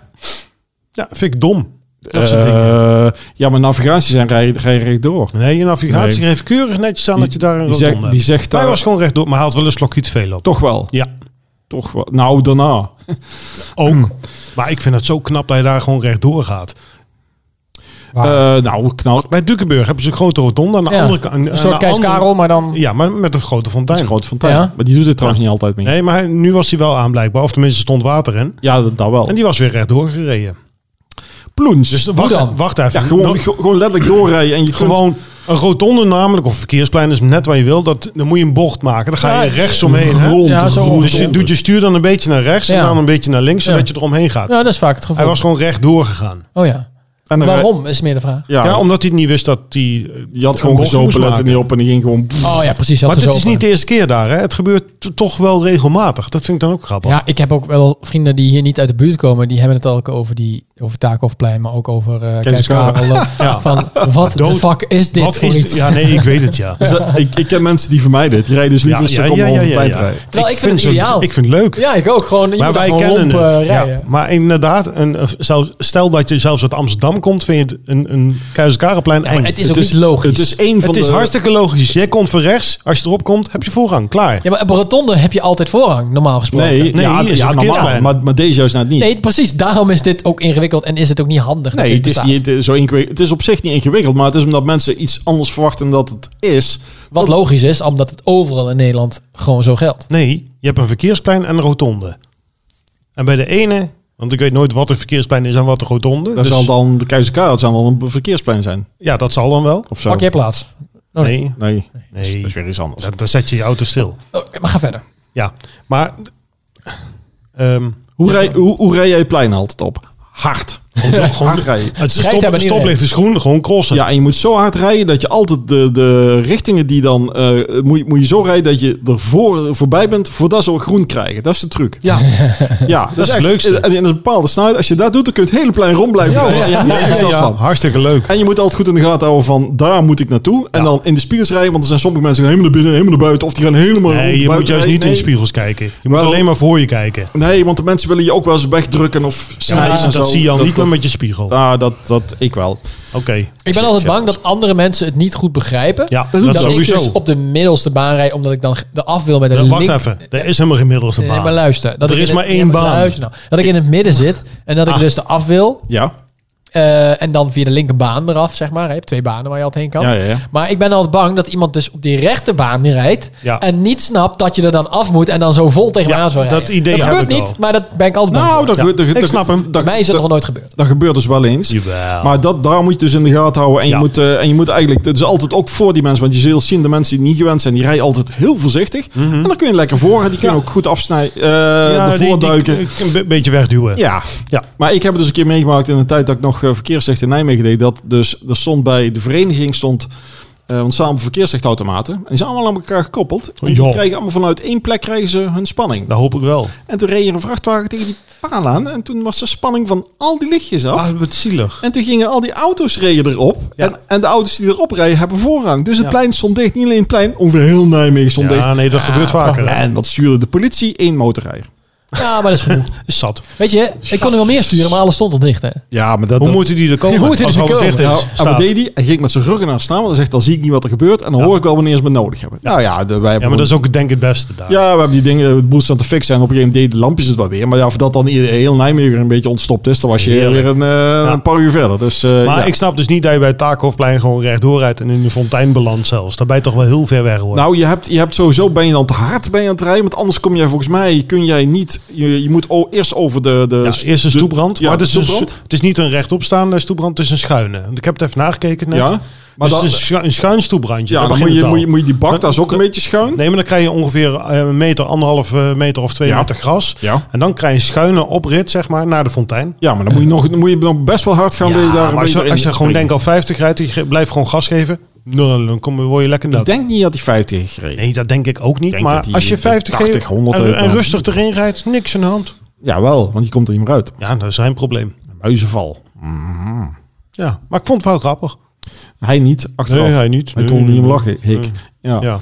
S3: Ja, vind ik dom. Dat soort dingen.
S4: Eh, ja, maar navigatie zijn rij, rij rechtdoor.
S3: Nee, je navigatie
S4: Nee.
S3: geeft keurig netjes aan dat je daar een
S4: die
S3: rotonde
S4: zegt-
S3: hebt.
S4: die zegt
S3: Hij
S4: daar-
S3: was gewoon rechtdoor, maar hij had wel een slokje te veel op.
S4: Toch wel.
S3: Ja,
S4: Toch wel. Nou, daarna.
S3: ook. Maar ik vind het zo knap dat hij daar gewoon rechtdoor gaat. Ah.
S2: Wauw.
S4: Eh, nou, knal.
S3: Bij Dukenburg hebben ze een grote rotonde aan de
S2: ja.
S3: andere kant. aan
S2: Een
S3: de
S2: soort
S3: andere-
S2: Kees Karel, maar dan...
S3: Ja, maar met een grote
S4: Dat is
S3: fontein.
S4: een grote fontein.
S2: Ja.
S4: Maar die doet het trouwens niet altijd mee.
S3: Nee, maar hij- nu was hij wel aan blijkbaar. Of tenminste stond water in.
S4: Ja, dat, dat wel.
S3: En die was weer rechtdoor gereden.
S4: ploens.
S3: Dus
S2: dan?
S3: wacht, wacht even.
S4: ja, gewoon,
S3: Nou,
S4: ge- gewoon letterlijk doorrijden. En je kunt-
S3: gewoon een rotonde namelijk, of verkeersplein is net waar je wil. Dat, dan moet je een bocht maken. Dan ga je
S2: Ja,
S3: rechts omheen. hè.
S4: rond,
S2: Ja, zo
S4: rond.
S3: Dus je doet je stuur dan een beetje naar rechts
S2: Ja.
S3: en dan een beetje naar links, zodat
S2: Ja.
S3: je eromheen gaat.
S2: Ja, dat is vaak het
S3: Hij
S2: geval.
S3: was gewoon rechtdoor gegaan.
S2: Oh ja.
S4: En dan rij-
S2: Waarom, is meer de vraag.
S4: Ja,
S3: Ja, omdat hij niet wist dat hij... eh,
S4: je had
S3: een
S4: gewoon
S3: bocht moest
S4: gezopen, lette
S3: maken. Ah.
S4: niet op en die ging gewoon...
S2: Oh ja, precies.
S3: Maar
S2: dat
S3: het is niet de eerste keer daar. Hè? Het gebeurt t- toch wel regelmatig. Dat vind ik dan ook grappig.
S2: Ja, ik heb ook wel vrienden die hier niet uit de buurt komen. Die hebben het ook over, die, over Takenhofplein, maar ook over eh Kees
S4: Karel.
S2: Karel.
S3: Ja.
S2: Van, wat de
S3: Dood.
S2: fuck is dit
S3: Wat
S2: voor
S3: is
S2: iets?
S3: Ja, nee, ik weet het ja.
S4: Dus dat- ik, ik ken mensen die vermijden het. Die rijden dus liever een stuk om half plein te rijden.
S2: Terwijl ik vind het
S3: zo-
S2: ideaal.
S3: Ik vind het leuk.
S2: Ja, ik ook. Gewoon, je
S3: Maar
S2: moet
S3: wij
S2: daar gewoon
S3: kennen
S2: lomp,
S3: het.
S2: eh, rijden.
S3: Ja, maar inderdaad, een, een- zelfs- stel dat je zelfs uit Amsterdam komt, vind je het een, een Kuizenkarenplein
S2: maar
S3: eng.
S2: het is ook niet logisch.
S4: Het is één van
S3: Het is
S4: de...
S3: hartstikke logisch. Jij komt van rechts. Als je erop komt, heb je voorrang. Klaar.
S2: Ja, maar op een rotonde heb je altijd voorrang, normaal gesproken.
S4: Nee,
S2: Nee,
S3: Nee,
S4: ja,
S3: hier is
S4: ja
S3: het
S4: normaal.
S3: verkeersplein.
S4: Maar, maar deze is nou niet.
S2: precies. Daarom is dit ook ingewikkeld en is het ook niet handig. dat
S4: Nee,
S2: dit
S4: het is,
S2: bestaat.
S4: niet, eh, zo ingewikkeld. het is op zich niet ingewikkeld, maar het is omdat mensen iets anders verwachten dan dat het is.
S2: Wat logisch is, omdat het overal in Nederland gewoon zo geldt.
S3: Nee, je hebt een verkeersplein en een rotonde. En bij de ene, want ik weet nooit wat een verkeersplein is en wat een rotonde.
S4: Daar
S3: dus-
S4: zal dan de Keizerkaart zal wel een verkeersplein zijn.
S3: Ja, dat zal dan wel.
S4: Of zo.
S2: Pak jij plaats. Oh, nee.
S3: Nee,
S4: Nee,
S3: nee.
S4: dat is weer iets anders.
S3: Dan, dan zet je je auto stil.
S2: Oh, maar ga verder.
S3: Ja, maar... ehm,
S4: Hoe, rij, hoe, hoe rij jij het plein altijd op? Hard. Gewoon, hard rijden.
S3: het
S2: Rijdt
S3: stop,
S2: daar maar niet
S3: stoplicht is groen, gewoon crossen.
S4: Ja, en je moet zo hard rijden dat je altijd de, de richtingen die dan... eh, moet, je- moet je zo rijden dat je er voor, voorbij bent voordat ze al groen krijgen. Dat is de truc.
S3: Ja,
S4: Ja, dat,
S3: is het leukste.
S4: En in een bepaalde snelheid, als je dat doet, dan kun je het hele plein rond blijven rijden. Ja, daar is dat van.
S3: hartstikke leuk.
S4: En je moet altijd goed in de gaten houden van daar moet ik naartoe. En
S3: Ja.
S4: dan in de spiegels rijden, want er zijn sommige mensen die gaan helemaal naar binnen, helemaal naar buiten. Of die gaan helemaal rond
S3: Nee, je moet
S4: buiten
S3: juist niet
S4: rijden.
S3: in
S4: Nee.
S3: spiegels kijken. Je moet
S4: Waarom?
S3: alleen maar voor je kijken.
S4: Nee, want de mensen willen je ook wel eens wegdrukken of
S3: Ja,
S4: snijden. en
S3: dat,
S4: zo.
S3: zie je al
S4: Dat-
S3: niet meer met je spiegel. Oké.
S4: Ah, dat, dat ik wel.
S2: Ik ben altijd bang dat andere mensen het niet goed begrijpen.
S3: Ja, dat,
S4: Dat doet
S2: dat
S3: sowieso.
S2: ik dus op de middelste baan rijd, omdat ik dan de af wil met een
S3: Ja, wacht
S2: link.
S3: even, er is helemaal geen middelste
S2: Nee, maar
S3: baan.
S2: luister. Dat
S3: Er
S2: ik
S3: is
S2: in
S3: maar
S2: het-
S3: één
S2: ja,
S3: baan.
S2: luister nou. Dat ik in het midden zit en dat ik
S3: Ah.
S2: dus de af wil.
S4: Ja.
S2: eh, en dan via de linkerbaan eraf, zeg maar. Je hebt twee banen waar je altijd heen kan.
S4: Ja, ja, ja.
S2: Maar ik ben altijd bang dat iemand dus op die rechterbaan rijdt.
S3: Ja.
S2: En niet snapt dat je er dan af moet en dan zo vol tegen me
S3: Ja,
S2: aan zou
S3: dat
S2: rijden.
S3: idee
S2: dat
S3: heb
S2: gebeurt
S3: ik
S2: niet,
S3: wel.
S2: maar dat ben ik altijd bang
S4: Nou,
S2: voor.
S4: dat,
S3: Ja,
S4: gebeurt- dat,
S3: ik
S4: dat-
S3: snap hem.
S4: Dat,
S2: Bij mij is dat
S4: dat,
S2: nog nooit gebeurd.
S4: dat gebeurt dus wel eens.
S3: Jawel.
S4: Maar dat, daar moet je dus in de gaten houden. En je,
S3: Ja.
S4: moet, eh, en je moet eigenlijk, het is altijd ook voor die mensen. Want je zult zien, de mensen die niet gewend zijn, die rijden altijd heel voorzichtig. En dan kun je lekker voor en die kunnen ook goed afsnijden, eh
S3: Mhm. Ja, die- die-
S4: ervoor duiken.
S3: ik- Een be- beetje wegduwen.
S4: ja.
S3: Ja.
S4: Maar ik heb het dus een keer meegemaakt in een tijd dat ik nog eh, verkeersrecht in Nijmegen deed. Dat dus, er stond bij de vereniging, stond, eh, want samen verkeersrechtautomaten. En die zijn allemaal aan elkaar gekoppeld. En die
S3: Ja.
S4: krijgen allemaal vanuit één plek krijgen ze hun spanning.
S3: Dat hoop ik wel.
S4: En toen reed er een vrachtwagen tegen die paal aan. En toen was de spanning van al die lichtjes af.
S3: Ah, wat zielig.
S4: En toen gingen al die auto's reden erop.
S3: Ja.
S4: En, en de auto's die erop rijden hebben voorrang. Dus het
S3: Ja.
S4: plein stond dicht. Niet alleen het plein, ongeveer heel Nijmegen stond dicht.
S3: Ja, nee, dat gebeurt vaker. hè.
S4: En wat stuurde de politie? Eén motorrijder.
S2: Ja, maar dat is genoeg.
S3: Is zat.
S2: Weet je, ik kon er wel meer sturen, maar alles stond al dicht. Hè.
S4: Ja, maar dat...
S3: Hoe
S4: dat-
S3: moeten die er komen?
S2: Hoe moeten
S3: als
S2: die er
S3: alles
S2: komen?
S3: dicht
S4: nou,
S3: is.
S4: en wat
S3: staat.
S4: deed hij? Hij ging met zijn rug ernaar staan. Want hij zegt, dan zie ik niet wat er gebeurt. En dan hoor ik wel wanneer ze me nodig hebben. Nou ja, de, wij
S3: Ja,
S4: hebben
S3: maar dat is ook denk ik het beste daar.
S4: Ja, we hebben die dingen, het boel staan te fixen. En op een gegeven moment deed de lampjes het wel weer. Maar ja, voordat dan ieder- heel Nijmegen een beetje ontstopt is, dan was je
S3: Heerlijk.
S4: weer een, eh, een paar uur verder. Dus, eh,
S3: Maar
S4: ja.
S3: ik snap dus niet dat je bij het Taakhofplein gewoon rechtdoor rijdt en in de fontein belandt zelfs. Daar ben je toch wel heel ver weg hoor.
S4: Nou, je hebt, je hebt sowieso ben je dan te hard ben je aan het rijden. Want anders kom jij volgens mij kun jij niet. Je, je moet o- eerst over de. dus de
S3: ja, eerst een stoeprand.
S4: ja,
S3: maar het is, een
S4: stoeprand.
S3: s- het is niet een rechtopstaande stoeprand, het is een schuine. Want ik heb het even nagekeken net.
S4: Ja, maar
S3: maar dus
S4: dan-
S3: het is een, schu- een schuin stoeprandje.
S4: ja,
S3: Daar
S4: dan moet
S3: begint
S4: je,
S3: het al.
S4: moet, je, moet je die bak,
S3: Dat-
S4: dat is ook een
S3: dat-
S4: beetje schuin.
S3: Nee, maar dan krijg je ongeveer eh, een meter, anderhalf eh, meter of twee
S4: Ja.
S3: meter gras.
S4: Ja.
S3: En dan krijg je een schuine oprit, zeg maar, naar de fontein.
S4: Ja, maar dan moet je nog, dan moet je nog best wel hard gaan. wil je daar
S3: maar
S4: een
S3: als
S4: beetje
S3: je, als je
S4: in
S3: gewoon denkt
S4: springen.
S3: al 50 rijdt, je ge- blijft gewoon gas geven. Nou, dan kom, word je lekker nat.
S4: Ik denk niet dat hij 50 heeft gereden.
S3: Nee, dat denk ik ook niet.
S4: denk
S3: maar
S4: dat die
S3: als je 50 geeft
S4: 80, 100
S3: en, en
S4: euro.
S3: rustig erin rijdt, niks aan de hand.
S4: Ja, wel, want je komt er niet meer uit.
S3: Ja, dat is zijn probleem.
S4: Een muizenval.
S3: Ja, maar ik vond het wel grappig.
S4: Hij niet, achteraf.
S3: Nee, hij niet.
S4: Hij
S3: Nee,
S4: kon
S3: nee,
S4: niet om
S3: nee. Mm.
S4: lachen, hik. Ja.
S3: Ja.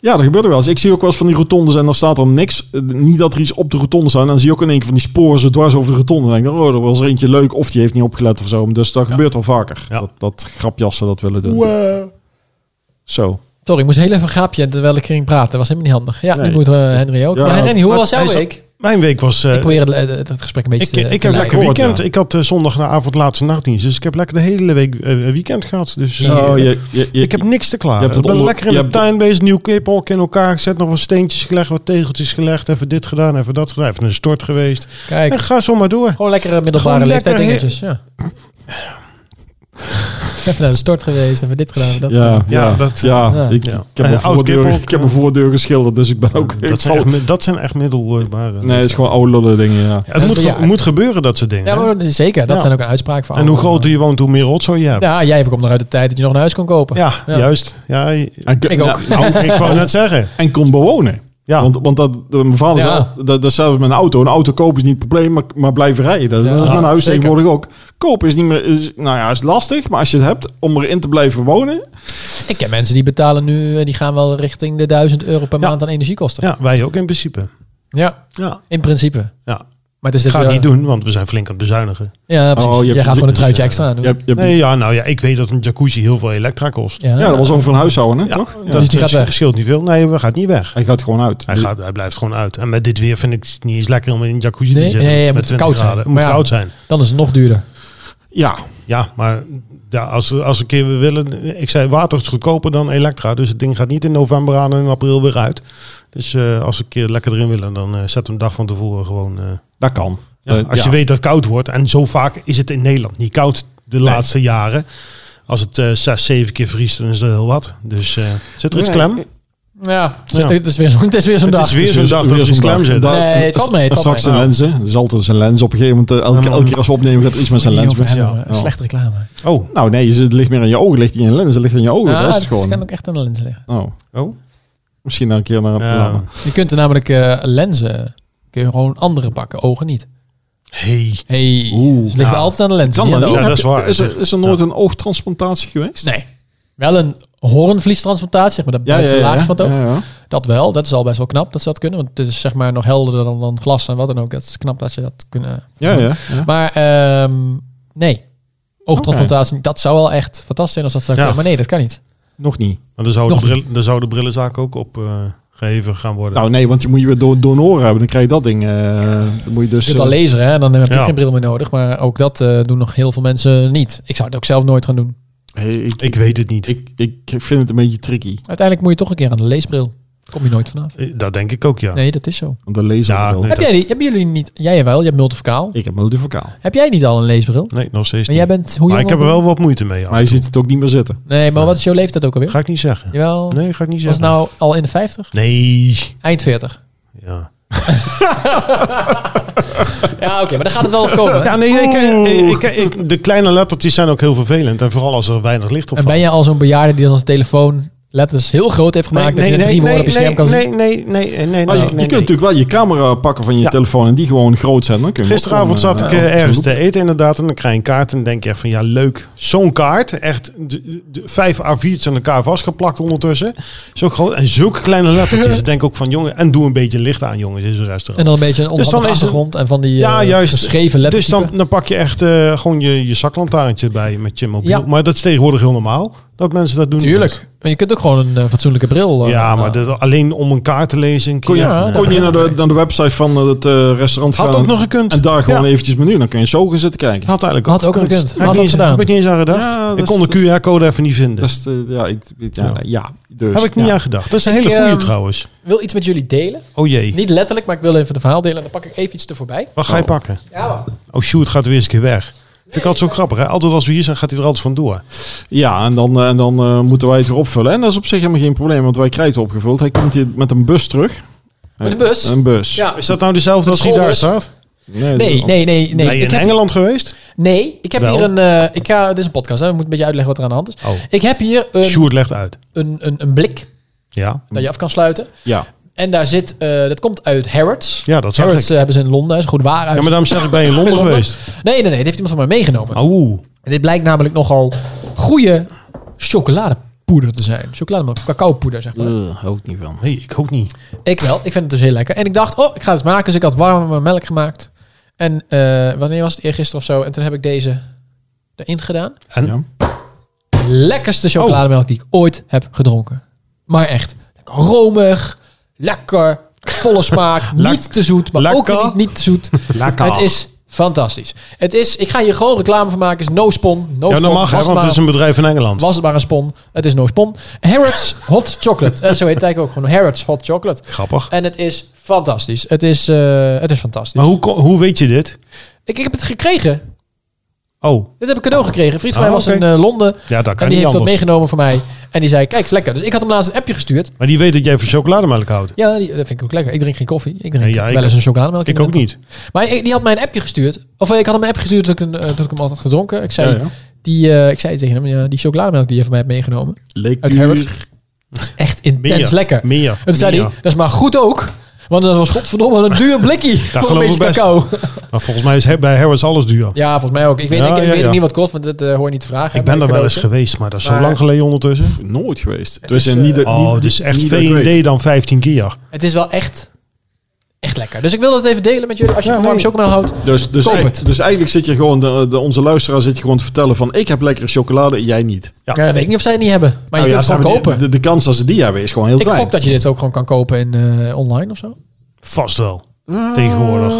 S4: Ja, dat gebeurt er wel eens. Ik zie ook wel eens van die rotondes en dan staat er niks. Eh, Niet dat er iets op de rotonde staat. En dan zie je ook in één keer van die sporen zo dwars over de rotonde. Dan denk ik, oh, er was er eentje leuk of die heeft niet opgelet of zo. Dus dat gebeurt wel vaker.
S3: Ja.
S4: Dat, dat grapjassen dat willen doen. Zo.
S2: Sorry, ik moest heel even een gaapje terwijl ik ging praten. Dat was helemaal niet handig. Ja,
S4: Nee.
S2: nu moet eh, Henry ook.
S4: Ja,
S2: Ja, Henry, hoe
S3: maar
S2: was jouw
S3: hij is-
S2: week?
S3: Mijn week was... eh,
S2: ik probeer het, het, het gesprek een beetje
S3: ik,
S4: eh,
S2: te
S3: ik
S2: te
S3: heb
S2: leiden.
S3: lekker
S4: gehoord,
S3: weekend.
S4: ja.
S3: Ik had eh, zondagavond laatste nachtdienst. Dus ik heb lekker de hele week eh, weekend gehad. Dus eh,
S2: Ja.
S4: Oh, je, je, je-
S3: ik heb niks te klaar.
S4: je hebt
S3: Ik
S4: het
S3: ben
S4: onder-
S3: lekker in
S4: je
S3: de
S4: hebt-
S3: tuin bezig. Nieuw kippenhok in elkaar gezet. Nog wat steentjes gelegd, wat tegeltjes gelegd. Even dit gedaan, even dat gedaan. Even een stort geweest. En
S2: Kijk,
S3: ga zo maar door.
S2: gewoon lekkere middelbare
S3: Gewoon
S2: leeftijd
S3: lekker
S2: dingetjes. Ja. even naar de stort geweest, hebben dit gedaan, hebben dat gedaan.
S4: ja, ja,
S3: Ja,
S4: ja,
S3: dat-
S4: ja. Ik,
S3: Ja.
S4: ik heb
S3: Eh,
S4: een
S3: oud
S4: voordeur,
S3: kippenhok.
S4: ik heb een voordeur geschilderd, dus ik ben ook... ik
S3: Dat zijn,
S4: val-
S3: echt, mi- dat zijn echt middelbare...
S4: nee, het is gewoon oude lullen dingen, ja.
S3: Ja, het
S2: Dat
S3: moet,
S2: ben
S3: ge-
S2: jij.
S3: moet gebeuren, dat soort dingen.
S2: Ja, maar dat is zeker. Dat
S3: Ja.
S2: zijn ook een uitspraak van.
S3: en hoe
S2: allemaal.
S3: groter je woont, hoe meer rotzooi je hebt. Ja,
S2: Ja, jij komt nog uit de tijd dat je nog een huis kon kopen. Ja.
S3: juist. Ja, je-
S4: En,
S2: Ik ook.
S3: nou, ik wou net zeggen.
S4: En kon bewonen.
S3: Ja.
S4: Want, want dat, de- mijn vader
S2: Ja.
S4: zei, "Oh, dat, dat zelfs met een auto. Een auto kopen is niet het probleem, maar, maar blijven rijden. Dat is,
S2: Ja,
S4: dat is mijn huis
S2: zeker.
S4: tegenwoordig ook. Kopen is niet meer, is, nou ja, is lastig. Maar als je het hebt om erin te blijven wonen.
S2: Ik ken mensen die betalen nu, eh, die gaan wel richting de 1000 euro per
S3: Ja.
S2: maand aan energiekosten. Ja,
S3: Ja, wij ook in principe. Ja.
S2: in principe.
S3: ja.
S2: Maar het is dit
S3: Ga ik
S2: wel-
S3: niet doen, want we zijn flink aan het bezuinigen.
S2: Ja, precies.
S4: Oh, je
S2: Jij
S4: hebt-
S2: gaat gewoon een truitje
S3: dus,
S2: extra aan doen.
S4: Je hebt- je hebt-
S3: Nee, ja, nou ja, ik weet dat een jacuzzi heel veel elektra kost.
S2: Ja,
S4: ja, dat was ongeveer een huishouden, hè,
S3: Ja,
S4: toch? Ja.
S3: Dat
S2: Dus die gaat
S3: eh,
S2: weg.
S3: scheelt niet veel. Nee, we gaat niet weg.
S4: Hij gaat gewoon uit.
S3: Hij,
S4: Die-
S3: gaat, hij blijft gewoon uit. En met dit weer vind ik het niet eens lekker om in een jacuzzi
S2: Nee,
S3: te zitten.
S2: nee, het
S3: met
S2: moet
S3: 20
S2: koud zijn.
S3: graden. Het moet
S2: Maar ja.
S3: koud zijn.
S2: dan is het nog duurder.
S4: Ja,
S3: Ja, maar ja, als, als een keer we willen... Ik zei, water is goedkoper dan elektra. Dus het ding gaat niet in november aan en in april weer uit. Dus eh, als we een keer lekker erin willen, dan eh, zet hem dag van tevoren gewoon... eh,
S4: dat kan.
S3: Ja,
S4: Eh,
S3: als je
S4: ja.
S3: weet dat het koud wordt. En zo vaak is het in Nederland niet koud de laatste jaren. Als het eh, zes, zeven keer vriest, dan is dat heel wat. Dus eh, zit er iets
S4: Nee,
S3: klem?
S2: Ja.
S3: Ja.
S2: Het is weer zo'n het is weer zo'n
S3: Het
S2: dag.
S3: is weer zo'n dag dat er
S4: weer
S3: iets
S4: zo'n
S3: klem
S4: dag.
S3: zit.
S4: Dat-
S2: Nee, het valt mee, het valt
S4: straks
S2: mee.
S4: zijn lenzen. Er is altijd zijn lens op een gegeven moment. eh, elke,
S3: Ja, maar-
S4: elke keer als we opnemen gaat er iets met zijn lens.
S2: Over
S4: mis.
S2: hebben,
S4: Ja.
S2: eh, Slechte reclame.
S3: Oh,
S4: Nou nee, je zit- het ligt meer aan je ogen. ligt niet in je lens, het ligt aan je ogen.
S2: Ah,
S4: dat
S2: het
S4: is het gewoon.
S2: kan ook echt aan de lenzen liggen.
S4: Oh.
S3: Oh.
S4: Misschien dan een keer naar een
S3: Ja.
S4: programma.
S2: Je kunt er namelijk eh, lenzen... Kun je gewoon andere pakken, ogen niet.
S3: hey.
S2: hey,
S4: Oeh.
S2: dus het ligt
S3: Ja.
S2: altijd aan de lenzen.
S4: Kan
S2: niet
S4: dat
S2: aan
S4: niet?
S2: de
S3: Ja,
S4: Heb
S3: dat is
S4: je-
S3: waar.
S4: Is er, is er nooit een oogtransplantatie geweest?
S2: ogen. Nee. Wel een hoornvliestransplantatie, zeg maar. Dat blijft zo laag van het oog.
S4: Ja, ja.
S2: Dat wel, dat is al best wel knap dat ze dat kunnen. Want het is zeg maar nog helderder dan, dan glas en wat dan ook. Dat is knap dat ze dat kunnen.
S4: Ja, ja, ja.
S2: Maar ehm, nee, oogtransplantatie, dat zou wel echt fantastisch zijn als dat zou
S3: Ja.
S2: kunnen. Maar nee, dat kan niet.
S4: Nog niet.
S3: Maar dan zou, de
S2: Nog
S3: bril, dan zou de brillenzaak ook opgeheven geheven gaan worden.
S4: Nou nee, want je moet je weer do- donoren hebben. Dan krijg je dat ding. eh, dan moet je
S2: Je
S4: dus...
S2: kunt al
S4: eh,
S2: lezen, hè? dan heb je
S3: Ja.
S2: geen bril meer nodig. Maar ook dat eh, doen nog heel veel mensen niet. Ik zou het ook zelf nooit gaan doen.
S4: eh, hey, ik,
S3: ik weet het niet.
S4: ik, ik vind het een beetje tricky.
S2: Uiteindelijk moet je toch een keer aan de leesbril. Kom je nooit vanaf.
S3: Eh, Dat denk ik ook, ja.
S2: Nee, dat is zo.
S4: Want de lezer
S3: Ja,
S4: wil.
S3: nee.
S2: Heb jij die, hebben jullie niet? Jij wel, je hebt multifocaal.
S4: Ik heb multifocaal.
S2: Heb jij niet al een leesbril?
S3: Nee, nog steeds
S2: Maar
S3: niet.
S2: jij bent hoe
S3: maar
S2: jong
S3: ik heb er
S2: ook?
S3: wel wat moeite mee. af
S4: Maar je
S3: en toe.
S4: ziet het ook niet meer zitten.
S2: Nee, maar wat is jouw leeftijd ook alweer?
S3: Ga ik niet zeggen.
S2: Jawel.
S3: Nee, ga ik niet
S2: Was het
S3: zeggen.
S2: nou al in de 50?
S3: Nee.
S2: Eind 40.
S3: Ja.
S2: Ja, oké, maar dan gaat het wel komen.
S3: Ja, nee, ik, eh, ik, ik- de kleine lettertjes zijn ook heel vervelend. En vooral als er weinig licht op
S2: En ben je al zo'n bejaarde die dan zijn telefoon letters heel groot heeft gemaakt dat je net drie woorden op je scherm kan zien?
S3: nee, nee, nee, nee, nee,
S4: Maar je,
S3: nee,
S4: Nou, je
S3: nee.
S4: kunt natuurlijk wel je camera pakken van je
S3: Ja.
S4: telefoon en die gewoon groot zetten. Dan kun je hem ook
S3: Gisteravond
S4: gewoon,
S3: zat
S4: eh,
S3: ik
S4: op
S3: eh,
S4: zo'n
S3: ergens
S4: loop-
S3: te eten inderdaad. En dan krijg je een kaart en dan denk je echt van ja leuk. Zo'n kaart. Echt de, de, vijf A4'tjes aan elkaar vastgeplakt ondertussen. Zo groot. En zulke kleine lettertjes. ik denk ook van jongen. En doe een beetje licht aan jongens in zo'n restaurant.
S2: En dan een beetje een
S3: Dus dan
S2: onderhandige
S3: is het-
S2: achtergrond en van die
S3: Ja,
S2: eh,
S3: juist.
S2: geschreven letters.
S3: Dus dan, dan pak je echt eh, gewoon je, je zaklantaarntje bij met je mobiel.
S2: Ja.
S3: Maar dat is tegenwoordig heel normaal. Dat mensen dat doen.
S2: Tuurlijk. Maar je kunt ook gewoon een eh, fatsoenlijke bril. eh,
S3: Ja, maar
S2: nou.
S3: dat, alleen om een kaart te lezen. Een
S4: Kon
S3: keer.
S4: je,
S2: Ja, dat
S4: kon je naar, de, naar de website van eh, het eh, restaurant
S3: Had
S4: gaan
S3: ook nog gekund.
S4: en daar gewoon
S3: Ja.
S4: eventjes menu. Dan kun je zo gaan zitten kijken.
S3: Had eigenlijk
S2: Had ook gekund.
S3: Heb
S2: Had
S3: ik niet
S2: dat
S3: eens-
S2: gedaan.
S3: Heb ik niet eens aan gedacht.
S4: Ja, dat
S3: ik
S4: is-
S3: kon
S4: dat is-
S3: de QR-ode even niet vinden.
S4: Dat is de- ja, ik, ja,
S3: Ja.
S4: ja, dus.
S3: heb ik niet
S4: ja.
S3: aan gedacht. Dat is een
S2: Ik,
S3: hele goede
S2: ehm,
S3: trouwens.
S2: Ik wil iets met jullie delen.
S3: Oh jee.
S2: Niet letterlijk, maar ik wil even een verhaal delen. En dan pak ik even iets er voorbij.
S3: Wat ga je pakken?
S2: Ja, wacht.
S3: Oh, Sjoerd gaat weer eens een keer weg. Vind ik altijd zo grappig. Hè? Altijd als we hier zijn, gaat hij er altijd vandoor.
S4: Ja, en dan, eh, en dan eh, moeten wij het weer opvullen. En dat is op zich helemaal geen probleem, want wij krijgen het opgevuld. Hij komt hier met een bus terug.
S2: Met een bus?
S4: Een bus.
S2: Ja.
S3: Is dat nou dezelfde als die daar
S2: schoolbus?
S3: staat?
S4: Nee,
S2: Nee,
S4: dat-
S2: nee, nee. nee.
S3: Ben je
S2: ik
S3: in
S2: heb,
S3: Engeland geweest?
S2: nee, ik heb
S3: Wel.
S2: hier een... eh, ik ga, dit is een podcast, hè. we moeten een beetje uitleggen wat er aan de hand is.
S3: Oh.
S2: Ik heb hier een,
S3: Sjoerd legt uit.
S2: een, een, een blik
S3: Ja.
S2: dat je af kan sluiten.
S4: Ja.
S2: En daar zit, eh, dat komt uit Harrods.
S3: Ja, dat zag
S2: Harrods
S3: ik.
S2: eh, hebben ze in Londen, is een goed waarhuis.
S3: Ja, maar Oh. daarom zeg ik, ben je in Londen
S2: Londen.
S3: geweest?
S2: Nee, nee, nee, dat heeft iemand van mij meegenomen.
S3: Oeh.
S2: En dit blijkt namelijk nogal goede chocoladepoeder te zijn. Chocolademelk, cacaopoeder zeg maar.
S4: Eh, hou ik niet van.
S3: Nee, ik ook niet.
S2: Ik wel, ik vind het dus heel lekker. En ik dacht, oh, ik ga het maken. Dus ik had warme melk gemaakt. En eh, wanneer was het? Eergisteren of zo. En toen heb ik deze erin gedaan.
S3: En?
S4: Ja.
S2: lekkerste
S3: Oh.
S2: chocolademelk die ik ooit heb gedronken. Maar echt. Lekker romig, lekker, volle smaak, niet te zoet, maar ook
S3: lekker.
S2: niet, niet te zoet.
S3: Lekker.
S2: Het is fantastisch. Het is, ik ga hier gewoon reclame van maken. Het is no spon, no
S3: Ja,
S2: spon.
S3: dat mag,
S2: was,
S3: hè, want
S2: maar,
S3: het is een bedrijf in Engeland.
S2: was het maar een spon. Het is no spon. Harrods Hot Chocolate. Eh, zo heet het eigenlijk ook gewoon. Harrods Hot Chocolate.
S3: Grappig.
S2: En het is fantastisch. Het is, eh, het is fantastisch.
S3: Maar hoe, ko- hoe weet je dit?
S2: Ik, ik heb het gekregen.
S3: Oh,
S2: Dit heb ik cadeau gekregen. Een vriend van
S3: Ah,
S2: mij was
S3: oké.
S2: in eh, Londen.
S3: ja, dat
S2: En die
S3: kan niet
S2: heeft dat
S3: anders.
S2: meegenomen voor mij. En die zei, kijk, is lekker. Dus ik had hem laatst een appje gestuurd.
S3: Maar die weet dat jij van chocolademelk houdt.
S2: Ja, die, dat vind ik ook lekker. Ik drink geen koffie. Ik drink
S3: Ja, ja, ik
S2: wel eens
S3: ook-
S2: een chocolademelk.
S3: Ik ook niet.
S2: Maar ik- die had mij een appje gestuurd. Of eh, ik had hem een appje gestuurd toen ik, een, eh, toen ik hem al had gedronken. Ik zei,
S4: Ja, ja.
S2: Die, eh, ik zei tegen hem, ja, die chocolademelk die je van mij hebt meegenomen. Uit Harrods.
S4: Lekker.
S2: Echt intens
S3: Meer.
S2: lekker. En
S3: Meer.
S2: toen zei hij,
S3: Meer.
S2: dat is maar goed ook. Want dat was godverdomme wat een duur blikkie. voor een
S3: geloof
S2: beetje
S3: ik best.
S2: cacao.
S3: Maar volgens mij is he- bij Harrods alles duur.
S2: Ja, volgens mij ook. Ik weet,
S3: Ja,
S2: ik, ik
S3: ja,
S2: weet
S3: ja.
S2: ook niet wat het kost, want dat eh, hoor je niet te vragen.
S3: Ik ben
S2: bij
S3: er wel eens
S2: cadeautje.
S3: geweest, maar dat is zo
S2: Maar-
S3: lang geleden ondertussen.
S4: Nooit geweest. Het
S2: is,
S4: is,
S2: eh,
S4: niet, dat-
S3: Oh,
S4: niet,
S3: het is echt
S4: niet dat ik weet.
S3: V&D dan 15 keer.
S2: Het is wel echt, echt echt lekker. Dus ik wil dat even delen met jullie. Als je
S3: Ja,
S2: van warm
S3: nee.
S2: chocomelk houdt,
S4: Dus, dus,
S2: Koop
S4: ei-
S2: het.
S4: dus eigenlijk zit je gewoon, de, de- onze luisteraar zit je gewoon te vertellen van ik heb lekkere chocolade en jij niet.
S3: Ja.
S2: eh, weet ik niet of zij het niet hebben. Maar
S4: Nou
S2: je
S4: ja,
S2: kunt
S4: ze
S2: het gewoon
S4: hebben-
S2: kopen.
S4: De, de kans dat ze die hebben is gewoon heel
S2: ik
S4: klein.
S2: gok dat je dit ook gewoon kan kopen in, eh, online of zo.
S3: Vast wel.
S4: Ah,
S3: tegenwoordig.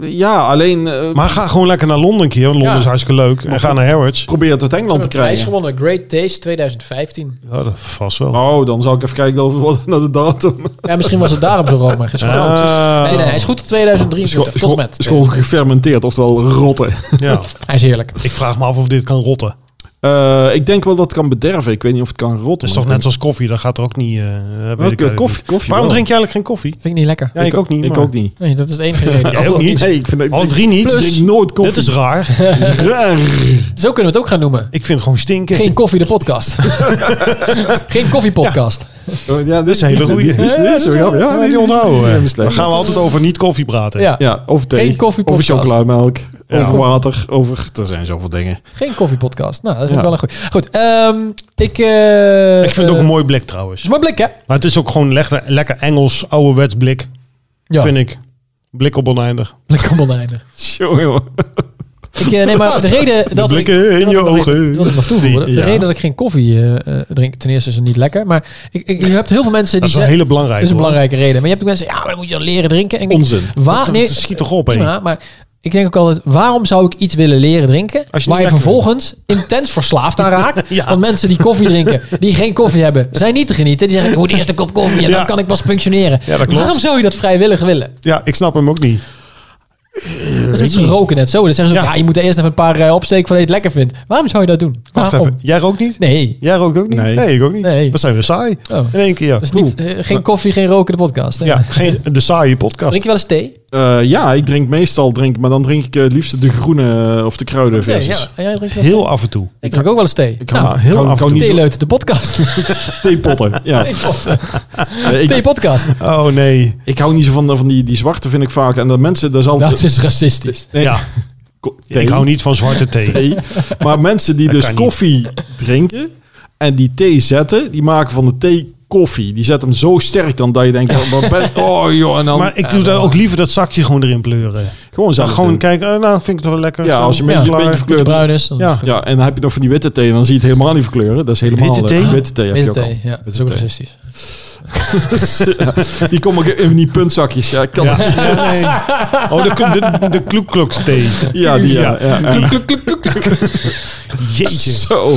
S4: ja, alleen eh,
S3: Maar ga gewoon lekker naar Londen een keer. want Londen
S2: Ja.
S3: is hartstikke leuk. En ga naar Harrods.
S4: probeer het uit Engeland te
S2: prijs
S4: krijgen.
S2: gewonnen. Great Taste 2015.
S3: Ja, dat vast wel.
S4: Oh, dan zal ik even kijken of we naar de datum.
S2: Ja, misschien was het daarom zo romig. Is gewoon oud.
S3: Ah.
S2: Nee, nee, hij is goed tot
S4: Scho-
S2: 2023. Tot
S4: scho-
S2: en met.
S4: is gewoon gefermenteerd, oftewel rotten.
S3: Ja.
S2: Hij is heerlijk.
S3: Ik vraag me af of dit kan rotten.
S4: Eh, ik denk wel dat het kan bederven. Ik weet niet of het kan rotten.
S3: Het is toch net zoals koffie. Dat gaat er ook niet... eh, dat weet ik
S4: Welke
S3: eigenlijk
S4: koffie?
S3: niet.
S4: koffie
S3: Waarom
S4: wel.
S3: drink je eigenlijk geen koffie?
S2: Vind ik niet lekker.
S3: Ja, ik, ook niet.
S4: Ik
S3: maar-
S4: ook niet.
S2: Nee, dat is de enige reden.
S3: Jij ook niet?
S4: Nee, ik vind het
S3: Alle drie niet.
S4: Ik drink nooit koffie.
S3: Dit is raar.
S4: Het is raar.
S2: Zo kunnen we het ook gaan noemen.
S3: Ik vind het gewoon stinken.
S2: Geen koffie de podcast. Geen koffie podcast.
S4: Oh, Ja, dit
S3: is een hele goeie.
S4: Dit is, dit is zo grappig.
S3: Ja,
S4: Ja,
S3: die onthouden.
S4: Ja,
S3: we.
S4: bestemd.
S3: Dan gaan we altijd over niet koffie praten.
S2: Ja.
S4: Ja, over thee.
S2: Geen koffiepodcast.
S4: Over chocolademelk.
S3: Ja.
S4: Over water. Over... Er zijn zoveel dingen.
S2: Geen koffie podcast. Nou, dat vind ik
S4: Ja.
S2: wel een goed. Goed. ehm, ik. eh,
S3: Ik vind het ook een
S2: eh,
S3: mooi blik
S2: is
S3: trouwens.
S2: mijn blik, hè?
S3: Maar het is ook gewoon lekker, lekker Engels, ouderwets blik.
S2: Ja.
S3: Vind ik. Blik op oneindig.
S2: Blik om oneindig.
S4: Jongen.
S2: Ik, eh, nee, maar de reden dat ik.
S3: blikken in
S2: ik
S3: je
S2: wil nog even-
S3: ogen.
S2: ik wil het nog toevoegen. De
S3: Ja.
S2: reden dat ik geen koffie eh, eh, drink, ten eerste is het niet lekker. Maar ik, ik, je hebt heel veel mensen die
S3: Dat is wel
S2: zeggen.
S3: hele belangrijk.
S2: Dat is een
S3: hoor.
S2: belangrijke reden. Maar je hebt ook mensen, ja, maar dan moet je dan leren drinken. En ik denk,
S4: Onzin.
S2: Waar,
S3: Dat-
S2: nee,
S3: dat schiet toch op, hè?
S2: prima, maar ik denk ook altijd, waarom zou ik iets willen leren drinken...
S3: Als je
S2: waar je
S3: niet lekker
S2: vervolgens intens verslaafd aan raakt?
S3: Ja.
S2: Want mensen die koffie drinken, die geen koffie hebben... zijn niet te genieten. Die zeggen, ik moet eerst een kop koffie en
S3: Ja.
S2: dan kan ik pas functioneren.
S3: Ja, dat klopt.
S2: Waarom zou je dat vrijwillig willen?
S3: Ja, ik snap hem ook niet.
S2: Dat is mensen roken net zo. Dan zeggen ze ook,
S3: Ja.
S2: ja, je moet er eerst even een paar eh, opsteken... voordat je het lekker vindt. Waarom zou je dat doen?
S3: Wacht
S2: Waarom?
S3: even. Jij rookt niet?
S2: Nee,
S3: Jij rookt ook niet?
S4: Nee.
S3: ik ook niet.
S2: Nee.
S3: Dat zijn we saai.
S2: Oh.
S3: In één keer. Ja,
S2: dus niet, eh, geen koffie, geen roken de podcast. hè?
S3: ja geen, de saaie podcast.
S2: Drink je wel eens thee?
S4: Eh, ja, ik drink meestal drink, maar dan drink ik eh, het liefst de groene eh, of de
S2: Thee,
S4: kruidenversies.
S2: ja. En jij drinkt wel eens
S3: Heel af en toe.
S2: thee? Ik drink ook wel eens thee.
S4: Ik hou,
S2: Nou,
S4: ik hou-
S3: heel
S4: ik
S3: af en
S4: hou niet zo-
S2: Theeleuten, de podcast.
S4: theepotten. Ja.
S2: Theepotten.
S4: Eh, ik,
S2: Thee-podcast.
S3: Oh nee.
S4: ik hou niet zo van, van die, die zwarte, vind ik vaak. En dat mensen, daar zal
S2: Dat is racistisch.
S4: Nee,
S3: Ja,
S4: ko-
S3: ik
S4: thee.
S3: hou niet van zwarte thee.
S4: thee. Maar mensen die
S3: Dat
S4: dus
S3: kan niet.
S4: koffie drinken en die thee zetten, die maken van de thee koffie. Die zetten hem zo sterk dan dat je denkt, oh, wat ben- oh joh, en dan
S3: Maar ik doe daar ook liever dat zakje gewoon erin pleuren.
S4: gewoon
S3: Dan
S4: zout
S3: gewoon
S4: in.
S3: kijken, eh, nou vind ik het wel lekker.
S4: Ja,
S3: Zo,
S4: als je een beetje,
S3: klaar.
S4: een beetje
S2: Beetje
S4: verkleurd
S2: bruin is. Dan
S3: Ja.
S2: is het goed.
S4: Ja, en dan heb je nog van die witte thee, en dan zie je het helemaal niet verkleuren. Dat is helemaal
S3: Witte thee?
S4: eh, witte thee heb je
S2: Witte
S4: ook al.
S2: thee. Ja, dat is ook racistisch.
S4: Die komen ook in die puntzakjes. Ja, ik kan
S3: Ja.
S4: ja.
S3: Nee. Oh, de, de, de kloekloks thee.
S4: die ja, ja, ja.
S3: Jeetje.
S4: Zo,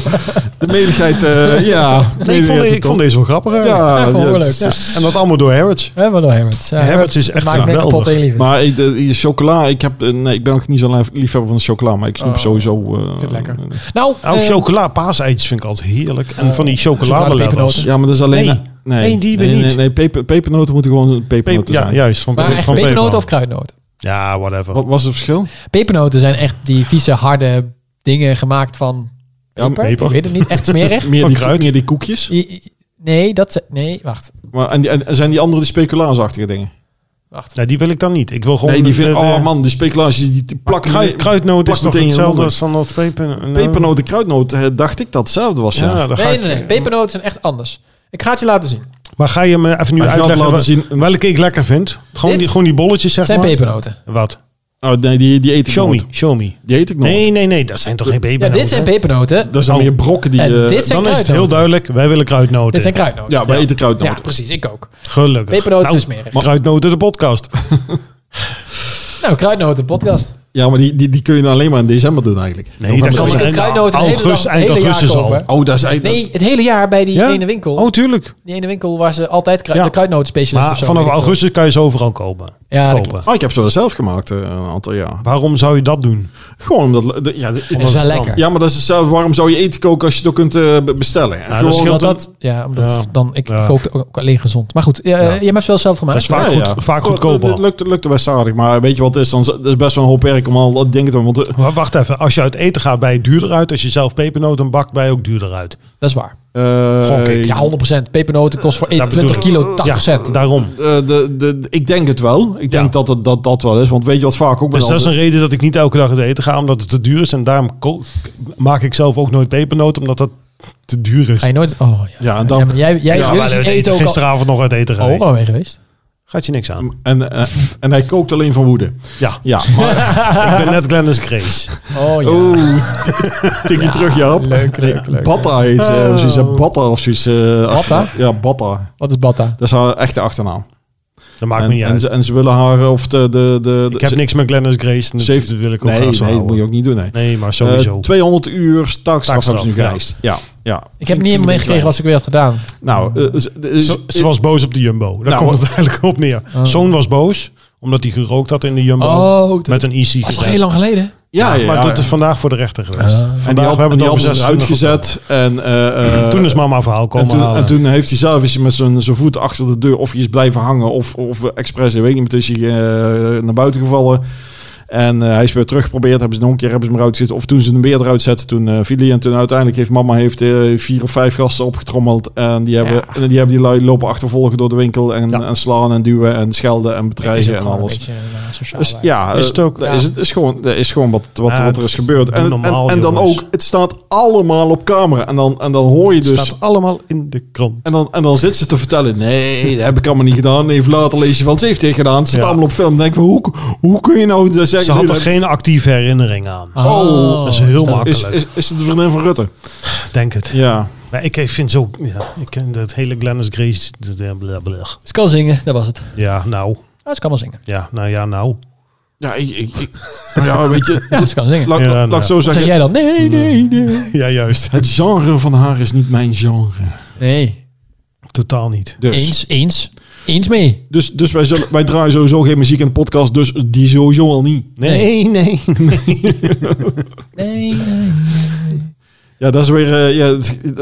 S4: de meligheid, eh, ja.
S3: Nee, ik, vond,
S4: meligheid
S3: ik vond
S4: erop.
S3: deze wel grappig.
S4: ja,
S3: eigenlijk.
S2: Ja, vond ik wel
S4: ja,
S2: leuk,
S4: het is-
S3: En dat allemaal door Harrods.
S2: Hè, maar door Herbert. Ja,
S3: Herbert is
S2: eh,
S3: echt
S2: maakt me
S3: geweldig.
S2: kapot en lief.
S4: Maar ik, de, die chocola, ik, heb, eh, nee, ik ben ook niet zo'n lief- liefhebber van de chocola, maar ik snoep
S2: Oh,
S4: sowieso... eh,
S2: vind het lekker.
S4: eh,
S2: nou,
S3: Nou,
S2: eh,
S3: chocola, paaseitjes vind ik altijd heerlijk. En van die
S2: chocoladepepernoten.
S3: chocoladeletters.
S4: Ja, maar dat is alleen...
S3: Nee, nee, die weer
S4: nee,
S3: niet.
S4: Nee, nee, peper- pepernoten moeten gewoon
S3: Pe-
S4: pepernoten
S3: Ja,
S4: zijn.
S3: juist. Van,
S2: maar
S3: van
S2: echt pepernoten
S3: pepernoten.
S2: of kruidnoten?
S3: Ja, whatever.
S4: Wat was het verschil?
S2: Pepernoten zijn echt die vieze, harde dingen gemaakt van
S4: Ja,
S2: peper.
S3: peper.
S2: Ik weet het niet. Echt smerig.
S4: Meer
S3: Van
S4: die,
S3: kruid.
S4: meer die koekjes.
S2: I- i- nee, dat... ze- Nee, wacht.
S4: Maar, en, die, en en zijn die andere die speculaasachtige dingen?
S2: Wacht.
S3: Nee, die wil ik dan niet. Ik wil gewoon...
S4: nee, die
S3: de-
S4: vind,
S3: de-
S4: oh man, die speculaasjes die die
S3: Maar
S4: plakken...
S3: kruid, kruidnoot
S4: plak
S3: is toch
S4: meteen in je
S3: hetzelfde
S4: handen.
S3: als dan dat peper...
S4: Pepernoten, kruidnoten, eh, dacht ik dat hetzelfde was. Ja.
S3: Ja, daar ga
S2: Nee,
S3: ik-
S2: nee, nee. Pepernoten zijn echt anders. Ik ga het je laten zien.
S3: Maar ga je me even nu
S4: Hij gaat
S3: uitleggen
S4: laten
S3: wel-
S4: zien-
S3: welke ik lekker vind? Gewoon
S2: Dit?
S3: die, gewoon die bolletjes, zeg
S2: Het zijn
S3: maar.
S2: pepernoten.
S3: Wat?
S4: Oh, nee, die, die eet ik
S3: Show me,
S4: nooit.
S3: show me.
S4: Die eet ik nooit.
S3: Nee, nee, nee, dat zijn toch geen
S2: Ja,
S3: pepernoten?
S2: dit zijn pepernoten.
S4: Dat zijn
S3: Oh.
S4: meer brokken die...
S2: En
S4: eh,
S2: dit zijn
S3: Dan is het
S2: kruidnoten.
S3: heel duidelijk, wij willen kruidnoten.
S2: Dit zijn kruidnoten.
S4: ja, wij eten
S2: Ja,
S4: kruidnoten.
S2: precies. Ik ook.
S3: Gelukkig. Nou,
S2: Pepernoten is smerig.
S3: Maar kruidnoten de podcast.
S2: Nou, kruidnoten podcast.
S4: Ja, maar die, die, die kun je dan alleen maar in december doen eigenlijk.
S3: Nee, dat
S2: kan
S3: kan
S2: je het kruidnoten de hele
S3: augustus,
S2: dag-
S3: eind
S2: hele jaar
S3: augustus al.
S2: kopen.
S4: Oh, dat is eigenlijk...
S2: Nee, het hele jaar bij die
S3: Ja?
S2: ene winkel.
S3: Oh, tuurlijk.
S2: Die ene winkel waar ze altijd kru
S3: Ja.
S2: de kruidnotenspecialist
S3: Maar
S2: of zo.
S3: vanaf
S2: weet ik veel.
S3: augustus kan je ze overal kopen.
S2: Ja, dat
S3: Kopen.
S2: klopt.
S4: Oh, ik heb ze wel zelf gemaakt eh, een aantal jaar.
S3: Waarom zou je dat doen?
S4: Gewoon omdat... de- ja, de-
S2: Dat is wel lekker.
S4: Ja, maar dat is hetzelfde. Waarom zou je eten koken als je het ook kunt eh, be- bestellen?
S3: dat
S4: Gewoon,
S3: scheelt
S2: Omdat dat, ja, omdat
S3: Ja.
S2: dan, ik
S3: Ja.
S2: kook ook alleen gezond. Maar goed, ja, eh, je hebt het wel zelf gemaakt.
S3: Dat is vaak
S4: Ja,
S3: goed-
S4: ja.
S3: vaak goedkoper.
S4: Het lukt, lukt best aardig, maar weet je wat het is? Dan, is- dat is best wel een hoop werk om al dat ding te doen. Want, eh,
S3: Maar wacht even, als je uit eten gaat, ben je duurder uit. Als je zelf pepernoten bakt, ben je ook duurder uit.
S2: Dat is waar.
S3: Gok ik.
S4: eh,
S2: Ja, 100%. Pepernoten kost voor
S3: Dat
S2: 20
S3: bedoel ik.
S2: kilo 80
S3: ja,
S2: cent.
S3: daarom.
S4: eh, de, de, ik denk het wel. Ik denk
S3: Ja.
S4: dat, het, dat dat wel is. Want weet je wat vaak ook met
S3: Dus dat is
S4: onze-
S3: een reden dat ik niet elke dag uit eten ga, omdat het te duur is. En daarom ko- maak ik zelf ook nooit pepernoten, omdat dat te duur is.
S2: Ga je nooit... Oh, ja.
S4: Ja, en dan-
S2: maar jij jij
S3: Ja,
S2: wil
S3: maar
S2: het
S3: uit
S2: eten
S3: eten-
S2: ook al...
S3: gisteravond nog uit eten
S2: Oh, Mm.
S3: geweest.
S2: waar ben je geweest?
S3: Gaat je niks aan.
S4: En, eh, en hij kookt alleen van woede.
S3: Ja,
S4: Ja, maar
S3: ik ben net Glennis Grace.
S2: Oh ja.
S4: tikkie terug, Jaap.
S2: Leuk, leuk, leuk.
S4: Batta heet ze. of zoiets, eh, Batta of zoiets. eh,
S2: Batta?
S4: achter- Ja, Batta.
S2: Wat is Batta?
S4: Dat is haar echte achternaam.
S3: Dat maakt
S4: en,
S3: me niet
S4: en,
S3: uit.
S4: ze, en ze willen haar of de... de, de, de
S3: ik heb
S4: ze-
S3: niks met Glennis Grace. Dus
S4: Zeven-
S3: dat wil ik ook
S4: Nee,
S3: graag zo
S4: nee dat moet
S3: houden.
S4: je ook niet doen, nee.
S3: Nee, maar
S4: Eh,
S3: sowieso.
S4: 200 uur taakstraf
S3: Taakstraf,
S4: hebben ze nu
S3: ja.
S4: geëist. Ja. ja.
S2: Ik heb niet helemaal meegekregen wat ze ook weer had gedaan.
S4: Nou, eh, ze- de- is-
S3: Ze, ze was boos op de Jumbo. Daar
S4: Nou,
S3: komt het eigenlijk op neer. Zoon was boos, omdat hij gerookt had in de Jumbo.
S2: Oh, dat
S3: met een IC
S2: Dat is
S3: gezet.
S2: toch heel lang geleden?
S4: ja, ja,
S3: maar
S4: ja.
S3: dat is vandaag voor de rechter geweest. vandaag
S4: en die had,
S3: hebben
S4: en
S3: we
S4: die
S3: het over
S4: hadden ze
S3: zes
S4: eruit gezet. En, eh, eh,
S3: Toen is mama verhaal
S4: en
S3: komen
S4: toen,
S3: halen.
S4: en toen heeft hij zelf is hij met zijn, zijn voet achter de deur of hij is blijven hangen of, of expres, ik weet niet, maar toen is hij eh, naar buiten gevallen. En eh, hij is weer teruggeprobeerd, hebben ze nog een keer hebben ze hem eruit gezet. Of toen ze hem weer eruit zetten, toen eh, viel hij. En toen uiteindelijk heeft mama heeft, eh, vier of vijf gasten opgetrommeld. En die hebben, en die, hebben die lui lopen achtervolgen door de winkel en,
S3: Ja.
S4: en slaan en duwen en schelden en
S2: Het is
S4: bedreigen
S2: ook
S4: en
S2: gewoon
S4: alles.
S2: een beetje een eh, sociaal
S4: Dus,
S2: werk.
S4: ja,
S3: Is het ook?
S4: dat
S3: Ja.
S4: Is, het is gewoon, dat is gewoon wat, wat,
S3: Ja,
S4: wat er is
S3: het-
S4: gebeurd.
S3: doe
S4: En,
S3: normaal,
S4: en, en dan
S3: jongens.
S4: ook, het staat allemaal op camera. En dan, en dan hoor je
S3: Het
S4: dus...
S3: staat allemaal in de krant.
S4: En dan, en dan zit ze te vertellen, nee, dat heb ik allemaal niet gedaan. Even later lees je van, ze heeft dit gedaan. Het staat
S3: Ja.
S4: allemaal op film. Dan denk ik, van, hoe, hoe kun je nou dat zeggen?
S3: Ze had
S4: Nee,
S3: er
S4: dat-
S3: geen actieve herinnering aan.
S2: Ah.
S4: Oh,
S3: dat is heel
S2: snap ik.
S4: is, is, is het de vriendin van Rutte?
S3: Denk het.
S4: Ja.
S3: Maar ik vind zo... Ja, ik ken dat hele Glennis Grace... dat- eh, blablabla.
S2: Ze kan zingen, dat was het.
S3: Ja, nou.
S2: Ah, ze kan wel zingen.
S3: Ja, nou ja, nou.
S4: Ja, ik, ik, ik- nou ja, weet je.
S2: Ja, ze kan zingen.
S4: Laat,
S3: Ja,
S4: laat
S3: nou.
S4: ik zo
S2: Zeg
S4: zeggen.
S2: jij dan? Nee, nee, nee.
S3: Ja, juist.
S4: Het genre van haar is niet mijn genre.
S2: Nee.
S3: Totaal niet.
S4: Dus.
S2: Eens, eens. Eens mee.
S4: Dus, dus wij, zullen, wij draaien sowieso geen muziek in de podcast, dus die sowieso al niet.
S3: Nee, nee.
S2: Nee, nee.
S4: Ja, dat is weer. eh, ja,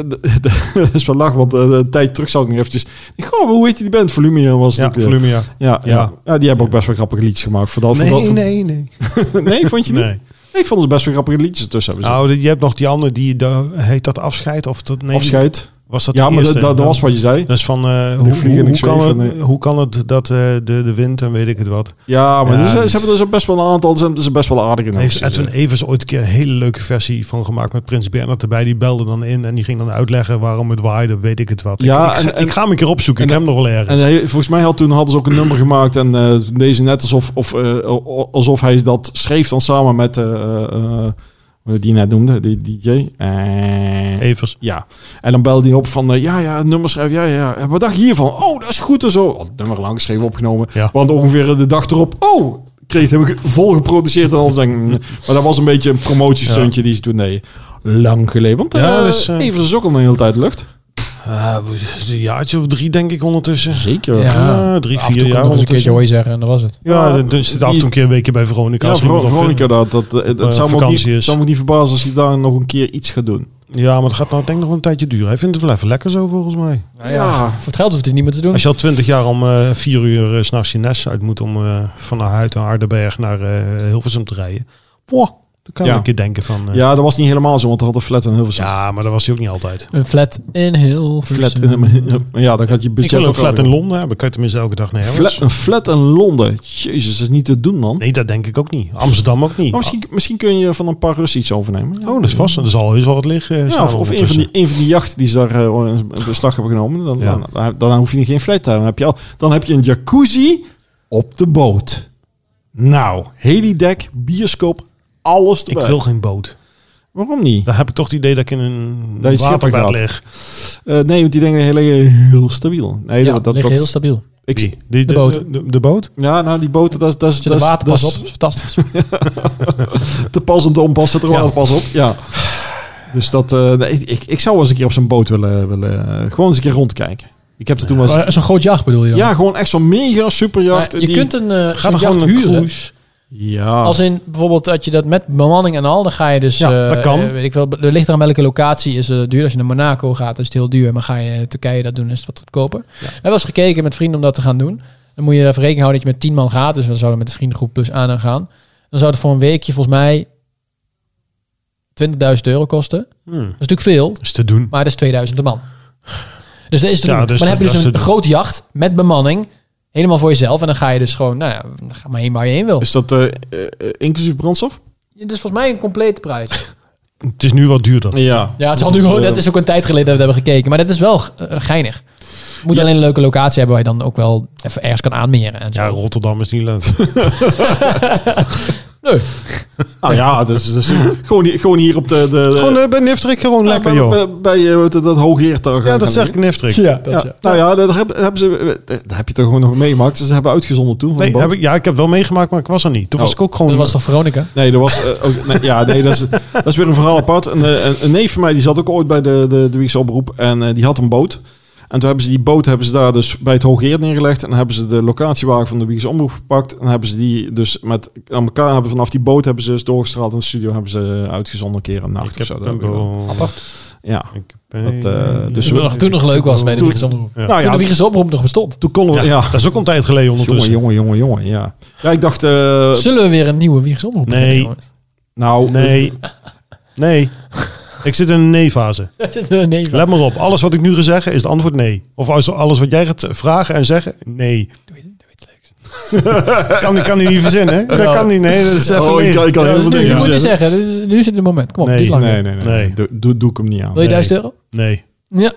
S4: dat is wel lach, want eh, een tijd terug zat ik nog eventjes. Ik Goh, hoe heet die band? Volumia was het
S3: Ja,
S4: ook weer.
S3: volume ja.
S4: Ja, ja.
S3: Ja.
S4: Ja, die hebben ook best wel grappige liedjes gemaakt. Vooral,
S3: Nee,
S4: vooral,
S3: nee, nee.
S4: nee, vond je niet?
S3: Nee.
S4: Ik vond er best wel grappige liedjes tussen hebben. ze.
S3: Nou, je hebt nog die andere, die, de, heet dat afscheid? Of dat, nee,
S4: Afscheid.
S3: Was dat
S4: ja,
S3: de
S4: maar dat,
S3: eerste?
S4: dat, dat was wat je zei.
S3: Dat is van, eh, hoe,
S4: vliegen
S3: hoe,
S4: en ik
S3: hoe kan
S4: zweef
S3: het,
S4: en, eh,
S3: hoe kan het dat eh, de, de wind en weet ik het wat.
S4: Ja, maar
S3: Ja,
S4: dus, ze,
S3: dat is-
S4: hebben er zo best wel een aantal. Ze hebben er best wel aardige
S3: Heeft
S4: nummers.
S3: Edwin Evers ooit een keer een hele leuke versie van gemaakt met Prins Bernhard erbij. Die belde dan in en die ging dan uitleggen waarom het waaide, weet ik het wat. Ik-
S4: Ja,
S3: ik, ga-
S4: en- en-
S3: ik ga hem een keer opzoeken, ik
S4: en-
S3: heb hem nog wel ergens.
S4: En hij- volgens mij had, toen hadden ze ook een nummer gemaakt. En eh, deze net alsof, of, eh, alsof hij dat schreef dan samen met... eh, eh, eh, die net noemde, die DJ. Eh,
S3: Evers.
S4: Ja, en dan belde hij op van, eh, ja, ja, het nummer schrijf, ja, ja. En Wat dacht je hiervan? Oh, dat is goed en zo. Oh, het nummer lang geschreven, opgenomen.
S3: Ja.
S4: Want ongeveer de dag erop, oh, kreeg heb ik vol geproduceerd. En alles denk ik, mm. maar dat was een beetje een promotiestuntje die ze toen deden. Lang geleden, want
S3: Ja,
S4: eh,
S3: dat is, eh,
S4: even is ook al een hele tijd lucht.
S3: Eh, een jaartje of drie denk ik ondertussen.
S4: Zeker.
S2: Ja.
S4: Ja,
S3: Ja, drie,
S2: Af en
S3: vier
S2: toe
S3: jaar
S2: kon ik nog eens een keertje
S3: ondertussen.
S2: hooi zeggen en dat was het.
S3: Ja, dan- dan zit af en toe een keer een weekje bij Veronica. als
S4: Ver-
S3: iemand dat
S4: Veronica, dat, dat, het, het
S3: eh,
S4: zou, me ook niet,
S3: vakantie is.
S4: zou me ook niet verbazen als hij daar nog een keer iets gaat doen.
S3: vindt. Ja, maar het gaat nou denk ik nog wel een tijdje duren. Hij vindt het wel even lekker zo volgens mij.
S4: ja.
S2: Voor het geld hoeft het niet meer te doen.
S3: Als je al twintig jaar om eh, vier uur eh, 's s'nachts je nest uit moet om eh, van de huid naar Aardenberg naar eh, Hilversum te rijden. Wow, dan kan je
S4: Ja.
S3: een keer denken van... eh, ja.
S4: Ja, dat was niet helemaal zo, want er had een flat en heel veel
S3: maar dat was hij ook niet altijd.
S2: Een flat in Hilversum.
S4: Flat in, ja, dan gaat
S3: dus, eh,
S4: je
S3: Ik
S4: budget
S3: wil een
S4: ook
S3: flat
S4: alweer-
S3: in Londen hebben. Kan je tenminste elke dag naar
S4: Fla-
S3: Harrods?
S4: een flat in Londen. Jezus, dat is niet te doen, man.
S3: Nee, dat denk ik ook niet. Amsterdam ook niet.
S4: Maar Oh, misschien, misschien kun je van een paar Russen iets overnemen.
S3: Oh, dat is vast. Er zal heus wel wat liggen eh,
S4: Ja,
S3: staan
S4: of, of een, van die, een van die jachten die ze daar eh, in beslag hebben genomen. Dan,
S3: Ja.
S4: dan, dan hoef je niet geen flat te hebben. Dan heb, je al, dan heb je een jacuzzi op de boot. Nou, helidek, bioscoop, alles
S3: Ik
S4: erbij.
S3: wil geen boot.
S4: Waarom niet?
S3: Dan heb ik toch het idee dat ik in een
S4: Dat je schipper
S3: waterbed
S4: gaat.
S3: lig.
S4: Eh, nee, want die dingen heel, heel stabiel. Nee,
S2: Ja,
S4: dat, dat,
S2: ligt
S4: dat-
S2: heel stabiel.
S4: ik,
S3: Die, die-
S2: De
S3: de,
S2: boot.
S3: De, de- de boot?
S4: Ja, nou, die boten, dat is... Dat is
S2: Zit de
S4: dat is-
S2: waterpas
S4: dat is
S2: op. Fantastisch.
S4: Te pas en te onpas zit er wel pas op. Ja. Dus dat... eh, nee, ik- ik, ik zou wel eens een keer op zo'n boot willen... willen eh, gewoon eens een keer rondkijken. Ik heb er toen wel eens-
S2: Maar Zo'n groot jacht bedoel je dan?
S4: Ja, gewoon echt zo'n mega
S2: Maar
S4: superjacht.
S2: je
S4: die-
S2: kunt een eh
S3: Ga
S2: zo'n
S3: dan gewoon
S2: jacht
S3: een
S2: huren.
S3: cruise.
S4: Ja.
S2: Als in bijvoorbeeld dat je dat met bemanning en al, dan ga je dus.
S3: Ah. Ja, dat
S2: eh,
S3: kan.
S2: eh, weet ik wel, er ligt aan welke locatie is het duur. Als je naar Monaco gaat, is het heel duur. Maar ga je in Turkije dat doen, is het wat goedkoper. We hebben eens gekeken met vrienden om dat te gaan doen. Dan moet je even rekening houden dat je met 10 man gaat. Dus we zouden met de vriendengroep plus aan en gaan. Dan zou het voor een weekje volgens mij 20.000 euro kosten.
S3: Hmm.
S2: Dat is natuurlijk veel,
S3: Is te doen.
S2: maar dat is 2000 de man. Dus dat is te
S3: Ja,
S2: doen.
S3: dus
S2: maar dan heb
S3: dat-
S2: je dus
S3: dat
S2: een
S3: is te doen.
S2: groot jacht met bemanning. Helemaal voor jezelf. En dan ga je dus gewoon, nou ja, dan ga maar heen waar je heen wil.
S4: Is dat eh, eh, eh, inclusief brandstof?
S2: Ja, Dit is volgens mij een complete prijs.
S3: Het is nu wat duurder.
S4: Ja.
S2: Ja, het is al nu, dat is ook een tijd geleden dat we het hebben gekeken. Maar dat is wel eh, geinig. Moet alleen een leuke locatie hebben waar je dan ook wel even ergens kan aanmeren. En zo.
S3: Ja, Rotterdam is niet leuk.
S2: Nee.
S4: Nou ja, dat is, dat is gewoon, hier- gewoon hier op de... de
S3: gewoon eh, bij Niftrik gewoon
S4: Ja,
S3: lekker,
S4: bij-
S3: joh.
S4: Bij, bij, eh, hoe heet het, dat hoogheer daar
S3: Ja,
S4: gaan
S3: dat zeg
S4: liggen.
S3: ik Niftrik.
S2: Ja, dat
S4: Ja,
S2: ja.
S4: Nou ja, dat heb, hebben ze, dat heb je toch gewoon nog meegemaakt. Ze hebben uitgezonden toen van de
S3: Nee,
S4: boot.
S3: heb ik, ja, ik heb wel meegemaakt, maar ik was er niet. Toen
S4: Oh.
S3: was ik ook
S2: Dat
S3: gewoon...
S2: was toch Veronica?
S4: Nee, dat was, eh, ook, nee, ja, nee dat, is, dat is weer een verhaal apart. Een, eh, een, een neef van mij die zat ook ooit bij de, de, de Wiegse oproep en eh, die had een boot. En toen hebben ze die boot hebben ze daar dus bij het Hoogheer neergelegd. En dan hebben ze de locatiewagen van de Wiegse Omroep gepakt. En hebben ze die dus met aan elkaar hebben vanaf die boot hebben ze dus doorgestraald. En de studio hebben ze eh, uitgezonden een keer een nacht
S3: ik heb
S4: of zo.
S3: een
S4: Dat heb ik wel.
S3: boom.
S4: Ja.
S3: Ik
S4: Dat,
S3: ben-
S4: eh, dus
S2: Toen,
S4: we,
S2: nog- toen nog leuk was bij de
S4: Toen-
S2: Wiegers Omroep.
S3: Ja.
S4: nou
S2: Toen de
S4: ja,
S2: Wiegers Omroep nog bestond.
S4: toen konden we...
S3: ja,
S4: Ja,
S3: dat is ook een tijd geleden
S4: jongen,
S3: ondertussen.
S4: jongen, jongen, jongen, ja. Ja, ik dacht... eh,
S2: Zullen we weer een nieuwe Wiegers Omroep
S3: Nee.
S2: beginnen, jongens?
S4: nou,
S3: Nee. Nee. Ik zit in een nee-fase.
S2: Daar zitten we nee van.
S3: Let maar op. Alles wat ik nu ga zeggen is het antwoord nee. Of als alles wat jij gaat vragen en zeggen, nee. Kan, die- kan die niet verzinnen, hè? Dat kan niet. Nee, dat is even
S4: Oh, ik
S3: nee.
S4: kan- ik kan
S3: Ja,
S4: heel veel
S3: dat is
S2: Nu
S4: dingen
S3: nee.
S2: moet je
S4: zeggen.
S2: zeggen, dit is- nu zit het moment. Kom op,
S3: Nee.
S2: niet langer.
S4: nee, nee, nee.
S3: Nee.
S4: nee. Doe, doe, doe ik hem niet aan.
S2: Wil je
S3: Nee.
S2: 1000 euro?
S3: Nee,
S2: Ja.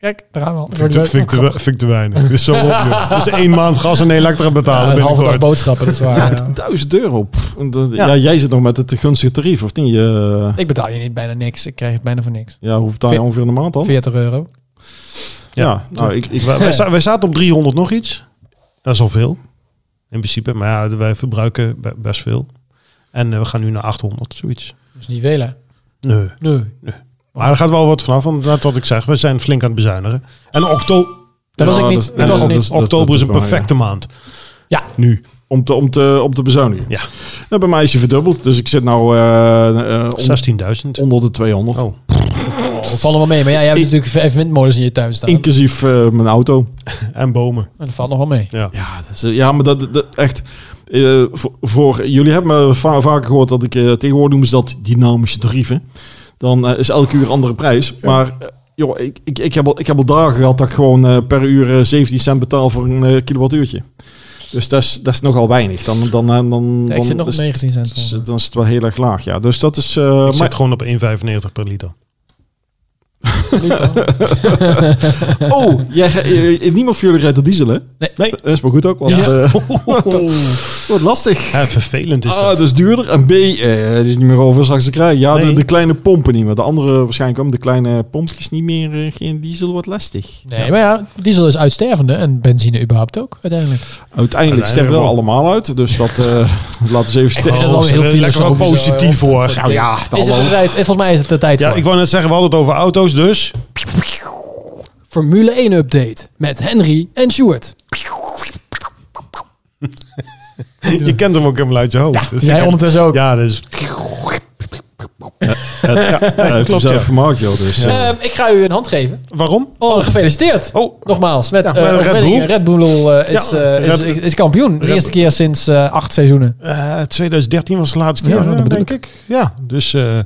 S2: Kijk, daar gaan we al.
S3: vind ik te- vind ik te, we- vind ik te weinig. Dat is zo op, joh. Dat is één maand gas en elektra betalen
S2: Ja, een halve dag
S3: binnenkort.
S2: boodschappen, dat is waar. ja.
S4: 1000 euro. Pff, dat-
S3: Ja.
S4: ja. jij zit nog met het gunstige tarief, of niet? Je,
S2: Ik betaal je niet bijna niks. Ik krijg het bijna voor niks.
S4: ja, hoe betaal je
S2: Ve-
S4: ongeveer in de maand dan?
S2: 40 euro.
S4: Ja, nou, ik, ik,
S3: Wij, wij sta- wij zaten op 300 nog iets. Dat is al veel. In principe. Maar ja, wij verbruiken be- best veel. En eh, we gaan nu naar 800, zoiets.
S2: Dat is niet veel, hè?
S3: Nee.
S2: Nee.
S3: Maar er gaat wel wat vanaf, want net wat ik zeg, we zijn flink aan het bezuinigen. En oktober,
S2: Dat was
S4: Ja,
S2: ik niet.
S4: dat-
S2: Dat was
S4: ja,
S2: ik niet.
S4: dat is-
S3: oktober is een
S4: waar, ja.
S3: perfecte maand.
S2: Ja.
S3: Nu.
S4: om, te, om, te, om te bezuinigen.
S3: Ja.
S4: Nou, bij mij is je verdubbeld, dus ik zit nou eh, eh, on-
S3: 16.000.
S4: onder de 200.
S3: Oh.
S2: Oh, vallen wel mee. Maar ja, jij hebt
S4: Ik-
S2: natuurlijk vijf windmolens in je tuin staan.
S4: Inclusief eh, mijn auto.
S3: En bomen.
S2: En dat valt nog wel mee.
S3: Ja.
S4: Ja, dat is, ja maar dat, dat echt. eh, voor, voor- jullie hebben me va- vaker gehoord dat ik eh, tegenwoordig noemen ze dat dynamische tarieven. Dan eh, is elke uur een andere prijs. Maar eh, joh, ik, ik, ik, heb al, ik heb al dagen gehad dat ik gewoon eh, per uur eh, 17 cent betaal voor een eh, kilowattuurtje. Dus dat is, dat is nogal weinig. Dan, dan, dan, dan,
S2: Ja, ik zit nog op
S4: is,
S2: 19 cent.
S4: is,
S2: volgens mij.
S4: dan is het wel heel erg laag. Ja. Dus dat is. eh,
S3: Ik
S4: maar-
S3: zit gewoon op 1,95 per liter.
S2: Niet, hoor.
S4: oh, jij, ge- eh, niemand van jullie rijdt de diesel, hè?
S2: Nee.
S3: Nee.
S4: Dat is maar goed ook, want
S2: Ja.
S4: eh, wordt lastig.
S3: Ja, vervelend
S2: Ah,
S3: is
S4: A,
S3: dat.
S4: het Ah, is duurder. En B, eh, het is niet meer over straks te krijgen. Ja,
S3: Nee.
S4: de, de kleine pompen niet meer. De andere waarschijnlijk ook. De kleine pompjes niet meer. eh, geen diesel wordt lastig.
S2: Nee, maar ja, diesel is uitstervende en benzine überhaupt ook uiteindelijk.
S4: Uiteindelijk sterven we
S3: wel.
S4: allemaal uit. Dus dat eh, laten we eens
S2: vind
S4: even sterven.
S2: dat wel
S3: Oh,
S2: weer heel
S3: ze zijn lekker wel
S2: filosofisch, hoor.
S3: positief hoor.
S4: Nou ja,
S2: Is het
S4: hallo.
S2: de tijd? Volgens mij is het de tijd
S3: Ja,
S2: voor.
S3: ik wou net zeggen, we hadden het over auto's, dus...
S2: Formule 1 update met Henry en Stuart.
S3: Je kent hem ook helemaal uit je hoofd. Dus ik
S2: Jij
S3: heb-
S2: ondertussen ook.
S3: Ja, dus...
S4: Ja, hij heeft hem
S3: klopt,
S4: zelf
S3: ja.
S4: gemaakt, joh. Dus, eh,
S2: Ehm, ik ga u een hand geven.
S3: Waarom?
S2: Oh, gefeliciteerd.
S3: Oh.
S2: Nogmaals, met,
S3: Ja,
S2: eh,
S3: met Red
S2: overwinning.
S3: Bull.
S2: Red Bull eh, is,
S3: Ja,
S2: eh, is,
S3: Red-
S2: is, kampioen. De
S3: Red-
S2: eerste keer sinds eh, acht seizoenen.
S3: Eh, 2013 was de laatste keer,
S2: Ja,
S3: eh,
S2: dat bedoel
S3: denk ik. Ja, dus... eh,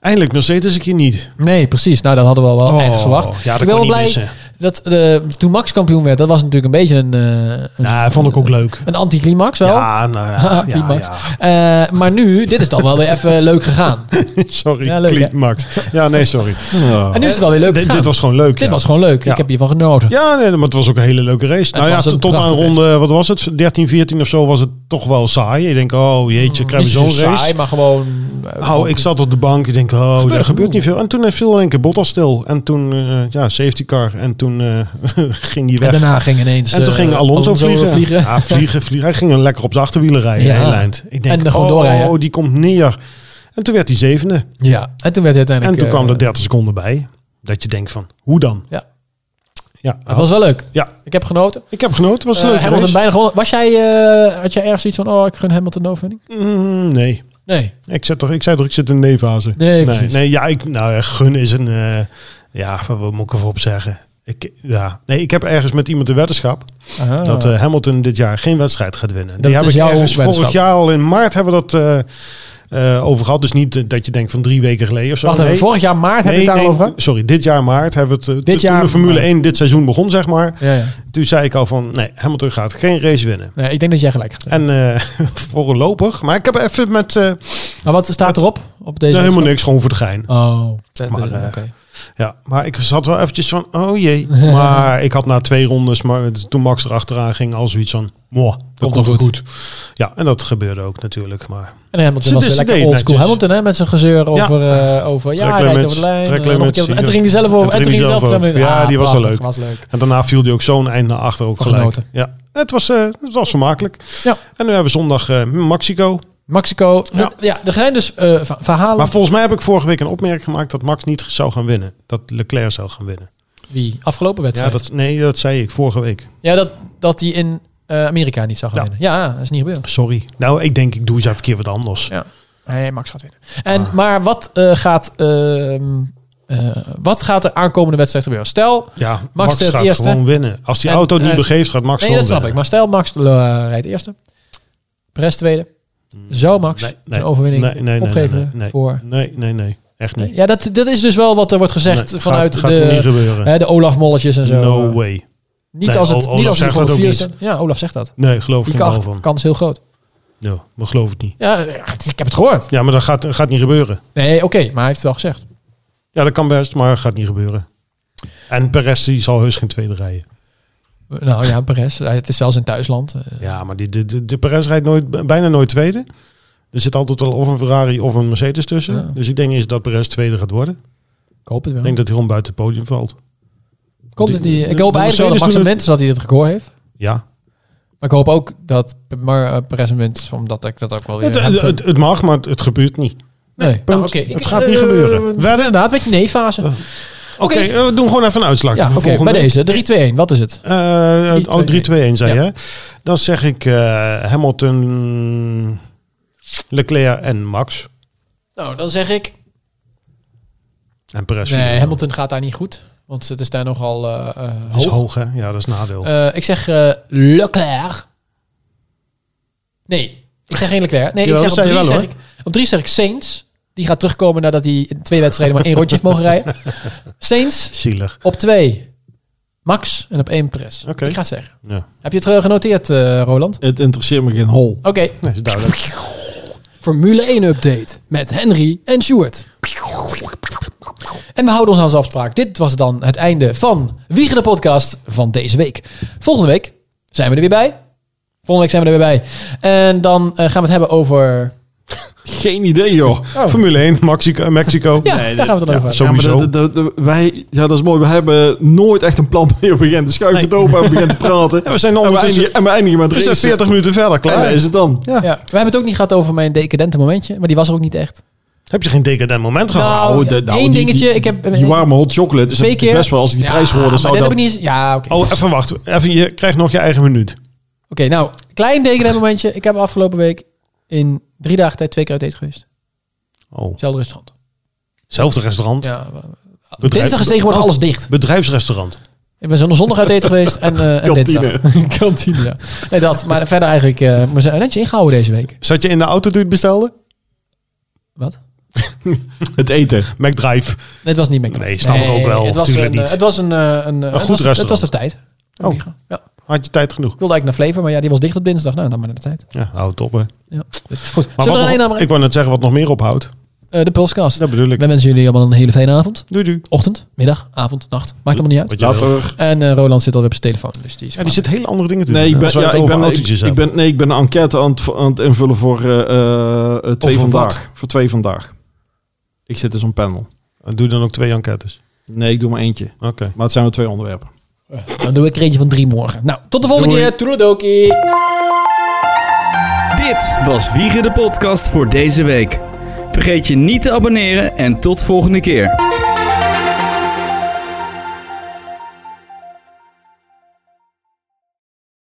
S3: Eindelijk, Mercedes ik hier niet.
S2: Nee, precies. Nou, dat hadden we al wel
S3: Oh,
S2: ergens verwacht.
S3: ja, dat
S2: ik ben wel
S3: kon
S2: blij
S3: niet missen.
S2: dat eh, toen Max kampioen werd, dat was natuurlijk een beetje een, eh, een,
S3: Nou, vond ik ook leuk.
S2: een anticlimax wel.
S3: Ja, nou ja,
S2: Die
S3: ja,
S2: Max.
S3: ja.
S2: Eh, maar nu, dit is dan wel weer even leuk gegaan.
S3: Sorry,
S2: Ja,
S3: ja,
S2: leuk, hè?
S3: Max. Ja, nee, sorry.
S4: ja.
S2: En nu is het wel weer leuk
S3: Dit,
S2: gegaan.
S3: dit was gewoon leuk.
S2: Dit
S3: ja.
S2: was gewoon leuk. Ik heb hiervan genoten.
S3: Ja, nee, maar het was ook een hele leuke race. nou ja,
S2: was een
S3: tot aan
S2: prachtige
S3: ronde, wat was het? 13, 14 of zo was het toch wel saai. Je denkt, oh jeetje, krijgen
S2: Niet
S3: we
S2: zo
S3: zo'n
S2: saai,
S3: race.
S2: maar gewoon... eh,
S3: Oh, ik zat op de bank. Ik denk, oh,
S2: Gebeurt
S3: er
S2: er
S3: gebeurt niet veel. En toen eh, viel in één keer Bottas stil. En toen, eh, ja, safety car. En toen eh, ging hij
S2: En
S3: weg. En,
S2: daarna ging ineens...
S3: toen
S2: eh,
S3: ging Alonso, vliegen. Ja, vliegen, vliegen. Hij ging hem lekker op zijn achterwielen rijden.
S2: Ja.
S3: Heel eind. Ik denk,
S2: En er gewoon
S3: oh,
S2: doorrijden.
S3: oh, die komt neer. En toen werd hij zevende.
S2: Ja, en toen werd hij uiteindelijk...
S3: en toen
S2: eh,
S3: kwam er 30 seconden bij. Dat je denkt van, hoe dan?
S2: Ja.
S3: Ja,
S2: Het was wel leuk.
S3: Ja.
S2: Ik heb genoten.
S3: ik heb genoten. Het was
S2: Eh,
S3: een leuke
S2: Hamilton
S3: race.
S2: bijna gewonnen. Was jij, eh, had jij ergens iets van... Oh, ik gun Hamilton de overwinning?
S3: Mm, nee.
S2: Nee.
S3: Ik, zet toch, ik zei toch, ik zit in de nee-fase.
S2: Nee,
S3: nee,
S2: precies.
S3: nee, ja, ik, nou, ja, gun is een... eh, ja, wat, wat moet ik ervoor op zeggen? Ik, ja. Nee, ik heb ergens met iemand een weddenschap
S2: Aha.
S3: dat eh, Hamilton dit jaar geen wedstrijd gaat winnen.
S2: Ah. Dat
S3: Die heb
S2: is
S3: ik
S2: jouw
S3: ergens vorig
S2: weddenschap.
S3: jaar al in maart hebben we dat eh, eh, over gehad. Dus niet eh, dat je denkt van drie weken geleden of zo.
S2: Wacht even,
S3: nee.
S2: vorig jaar maart heb
S3: Nee,
S2: je het
S3: nee,
S2: daarover gehad?
S3: Sorry, dit jaar maart hebben we het. eh,
S2: Dit
S3: toen
S2: jaar
S3: de Formule
S2: maart.
S3: 1 dit seizoen begon, zeg maar.
S2: Ja, ja.
S3: Toen zei ik al van, nee, Hamilton gaat geen race winnen.
S2: Nee, ik denk dat jij gelijk gaat. hebben.
S3: En eh, voorlopig, maar ik heb even met... eh,
S2: maar wat staat erop? Op deze
S3: nou, helemaal
S2: wedstrijd?
S3: niks, gewoon voor de gein.
S2: Oh, dat,
S3: Maar,
S2: eh,
S3: eh,
S2: oké.
S3: Ja, maar ik zat wel eventjes van, oh jee. Maar ik had na twee rondes, maar toen Max erachteraan ging, al zoiets van, moh, dat komt,
S2: wel
S3: wel
S2: goed.
S3: goed. Ja, en dat gebeurde ook natuurlijk. Maar
S2: En Hamilton
S3: Ze-
S2: was
S3: ze
S2: weer lekker
S3: deden
S2: oldschool
S3: netjes.
S2: Hamilton, hè? Met zijn gezeur
S3: Ja.
S2: over... eh over ja, hij rijdt
S3: Tracklimits,
S2: over de lijn. eh, nog een
S3: tracklimits,
S2: keer- en
S3: ja.
S2: toen ging hij zelf over.
S3: En
S2: En toen ging hij zelf over.
S3: over. Ja,
S2: Ah,
S3: die was wel
S2: prachtig,
S3: leuk.
S2: was leuk.
S3: En daarna viel hij ook zo'n eind naar achter ook
S2: Van
S3: gelijk.
S2: genoten.
S3: Ja, het was, eh, het was vermakelijk.
S2: Ja. Oh.
S3: En nu hebben we zondag eh, Mexico.
S2: Mexico.
S3: Ja.
S2: Ja. er zijn dus eh, va- verhalen.
S3: Maar volgens mij heb ik vorige week een opmerking gemaakt dat Max niet zou gaan winnen. Dat Leclerc zou gaan winnen.
S2: Wie? Afgelopen
S3: Ja,
S2: wedstrijd.
S3: dat, nee, dat zei ik vorige week.
S2: Ja, dat, dat hij in eh, Amerika niet zou gaan
S3: Ja.
S2: winnen. Ja, dat is niet gebeurd.
S3: Sorry. Nou, ik denk ik doe eens even een keer wat anders.
S2: Ja. Nee, Max gaat winnen. En,
S3: Ah.
S2: Maar wat, eh, gaat, ehm, eh, wat gaat er aankomende wedstrijd gebeuren? Stel,
S3: Ja, Max,
S2: staat
S3: gaat
S2: eerste.
S3: gewoon winnen. Als die
S2: En-
S3: auto het niet
S2: en-
S3: begeeft, gaat Max
S2: nee,
S3: gewoon
S2: dat snap ik.
S3: winnen.
S2: Maar stel, Max eh, rijdt eerste. Perez tweede. Zou Max
S3: Mm. Nee,
S2: zijn overwinning
S3: Nee, nee, nee, nee,
S2: opgeven
S3: nee, nee.
S2: voor...
S3: Nee, nee, nee. Echt niet.
S2: Ja, dat, dat is dus wel wat er wordt gezegd
S3: Nee,
S2: vanuit
S3: gaat, gaat
S2: de,
S3: niet gebeuren.
S2: hè, de Olaf-molletjes en zo. Eh,
S3: no way.
S2: Niet
S3: Nee,
S2: als het,
S3: Ol-
S2: niet
S3: Olaf
S2: als het
S3: zegt
S2: voor
S3: dat ook
S2: vier
S3: niet.
S2: staat. Ja, Olaf zegt dat.
S3: Nee, geloof
S2: Die
S3: ik geen bal
S2: kans,
S3: van.
S2: kans heel groot.
S3: Ja, maar geloof het niet.
S2: Ja, eh, ja, ik heb het gehoord.
S3: Ja, maar dat gaat, gaat niet gebeuren.
S2: Nee, oké, maar hij heeft het wel gezegd.
S3: Ja, dat kan best, maar gaat niet gebeuren. En Perez die zal heus geen tweede rijden.
S2: Nou ja, Perez. eh, Het is wel zijn thuisland. eh.
S3: Ja, maar die, de, de, de Perez rijdt nooit, bijna nooit tweede. Er zit altijd wel of een Ferrari of een Mercedes tussen.
S2: Ja.
S3: Dus ik denk eens dat Perez tweede gaat worden.
S2: Ik hoop het wel.
S3: Ik denk dat hij gewoon buiten het podium valt.
S2: ik hoop, dat hij, ik hoop eigenlijk wel
S3: de
S2: dat Max
S3: Mercedes doen
S2: een
S3: het-
S2: wint is dat hij het record heeft.
S3: Ja,
S2: Maar ik hoop ook dat P- maar, eh, Perez een wint is, omdat ik dat ook wel weer... eh,
S3: het, het, het, het mag, maar het, het gebeurt niet.
S2: nee, nou,
S3: Punt.
S2: oké, ik-
S3: het gaat niet
S2: eh,
S3: gebeuren.
S2: We hadden inderdaad een beetje nee-fase.
S3: Oké, eh, we doen gewoon even een uitslag.
S2: ja,
S3: voor
S2: oké,
S3: volgende
S2: bij
S3: week.
S2: deze. 3-2-1, wat is het?
S3: Eh,
S2: Drie,
S3: oh,
S2: twee,
S3: 3-2-1
S2: Ja.
S3: zei je. hè? Dan zeg ik eh, Hamilton, Leclerc en Max.
S2: Nou, dan zeg ik...
S3: En Perez.
S2: Nee, Hamilton gaat daar niet goed. Want het is daar nogal eh, eh,
S3: Dat
S2: hoog.
S3: is hoog, hè? Ja, dat is nadeel.
S2: Eh, ik zeg eh, Leclerc. Nee, ik zeg geen Leclerc. Nee, ik zeg
S3: Jawel,
S2: op
S3: dat
S2: drie,
S3: zei je
S2: zeg
S3: wel,
S2: ik, op drie zeg ik Saints. Die gaat terugkomen nadat hij in twee wedstrijden maar één rondje heeft mogen rijden. Saints
S3: Zielig.
S2: op twee. Max en op één Perez.
S3: Oké.
S2: Ik ga het zeggen.
S3: Ja.
S2: Heb je het eh, genoteerd, eh, Roland?
S4: Het interesseert me geen hol.
S2: Oké.
S3: Nee, is duidelijk.
S2: Formule 1 update met Henry en Stuart. En we houden ons aan onze afspraak. Dit was dan het einde van Wiegen de podcast van deze week. Volgende week zijn we er weer bij. Volgende week zijn we er weer bij. En dan eh, gaan we het hebben over...
S4: Geen idee, joh.
S2: Oh.
S3: Formule 1, Mexico. Mexico.
S2: Ja,
S4: Nee,
S2: daar gaan we het dan
S3: ja,
S2: over
S3: zo-
S2: hebben.
S3: Sowieso.
S4: Ja, maar dat- dat- dat- wij, ja, dat is mooi. We hebben nooit echt een plan meer. We beginnen te schuiven het open en we beginnen te praten.
S3: Ja, we zijn
S4: en, we
S3: ondertussen...
S4: eindigen, en we eindigen met
S3: We zijn
S4: racen.
S3: 40 minuten verder,
S4: En
S3: klaar.
S4: daar is het dan.
S3: Ja.
S2: Ja, we hebben het ook niet gehad over mijn decadente momentje. Maar die was er ook niet echt.
S3: Heb je geen decadent moment gehad?
S2: Nou,
S4: Oh, de-
S2: één
S4: die-
S2: dingetje.
S4: die-
S2: ik heb
S4: Die warme hot chocolate is
S2: twee keer...
S4: best wel, als ik die
S2: Ja,
S4: prijs hoorde,
S2: maar
S4: zou
S2: dat
S4: dat...
S2: heb ik niet... eens- Ja, oké.
S3: Oh, even wachten. Even, je krijgt nog je eigen minuut.
S2: Oké, nou, klein decadent momentje. Ik heb afgelopen week in drie dagen tijd twee keer uit eten geweest.
S3: Oh.
S2: Hetzelfde restaurant.
S3: Zelfde restaurant.
S2: Ja,
S3: Bedrijf- Oh,
S2: dinsdag is tegenwoordig alles dicht.
S3: Bedrijfsrestaurant.
S2: Ik ben zo'n zondag uit eten geweest en, eh en dinsdag.
S4: Kantine. Kantine.
S2: Ja. Nee, dat. Maar verder eigenlijk, eh we zijn netjes ingehouden deze week.
S3: Zat je in de auto toen je het bestelde?
S2: Wat?
S4: Het eten.
S3: McDrive.
S2: Nee, het was niet McDonald's.
S3: Nee, snap ik ook wel,
S2: Het was,
S3: tuurlijk
S2: een, eh,
S3: niet.
S2: het was een, eh, een, eh, het was-
S3: restaurant.
S2: Het was de tijd.
S3: Oh.
S2: Ja.
S3: Had je tijd genoeg?
S2: Ik wilde eigenlijk naar Flavor, maar ja, die was dicht op dinsdag. Nou, dan maar naar de tijd.
S3: Ja, hou het op, hè.
S2: Ja. Goed,
S3: Maar
S2: zullen we er
S3: wat
S2: een
S3: nog-
S2: aan
S3: ik wou net zeggen wat nog meer ophoudt.
S2: eh, De Pulskast.
S3: Dat bedoel ik.
S2: Wij wensen jullie allemaal een hele fijne avond.
S3: Doei, doei.
S2: Ochtend, middag, avond, nacht. Maakt allemaal niet uit.
S3: Wat je wil.
S2: En eh, Roland zit alweer op zijn telefoon. Dus die is
S3: Ja, die
S2: klaar.
S3: zit heel andere dingen te doen.
S4: Nee, ik ben,
S3: Als we
S4: ja,
S3: het
S4: ik
S3: over
S4: ben, ik,
S3: autootjes
S4: ik
S3: hebben.
S4: ben, nee, ik ben een enquête aan het, aan het invullen voor eh, eh, eh, twee
S3: Over
S4: vandaag.
S3: wat?
S4: Voor twee vandaag. Ik zit dus op panel.
S3: Doe dan ook twee enquêtes.
S4: Nee, ik doe maar eentje.
S3: Oké.
S4: Maar het zijn wel twee onderwerpen.
S2: Dan doe ik er eentje van drie morgen. Nou, tot de volgende
S4: Doei.
S2: keer. Toedeledokie.
S1: Dit was Wiegen de podcast voor deze week. Vergeet je niet te abonneren en tot volgende keer.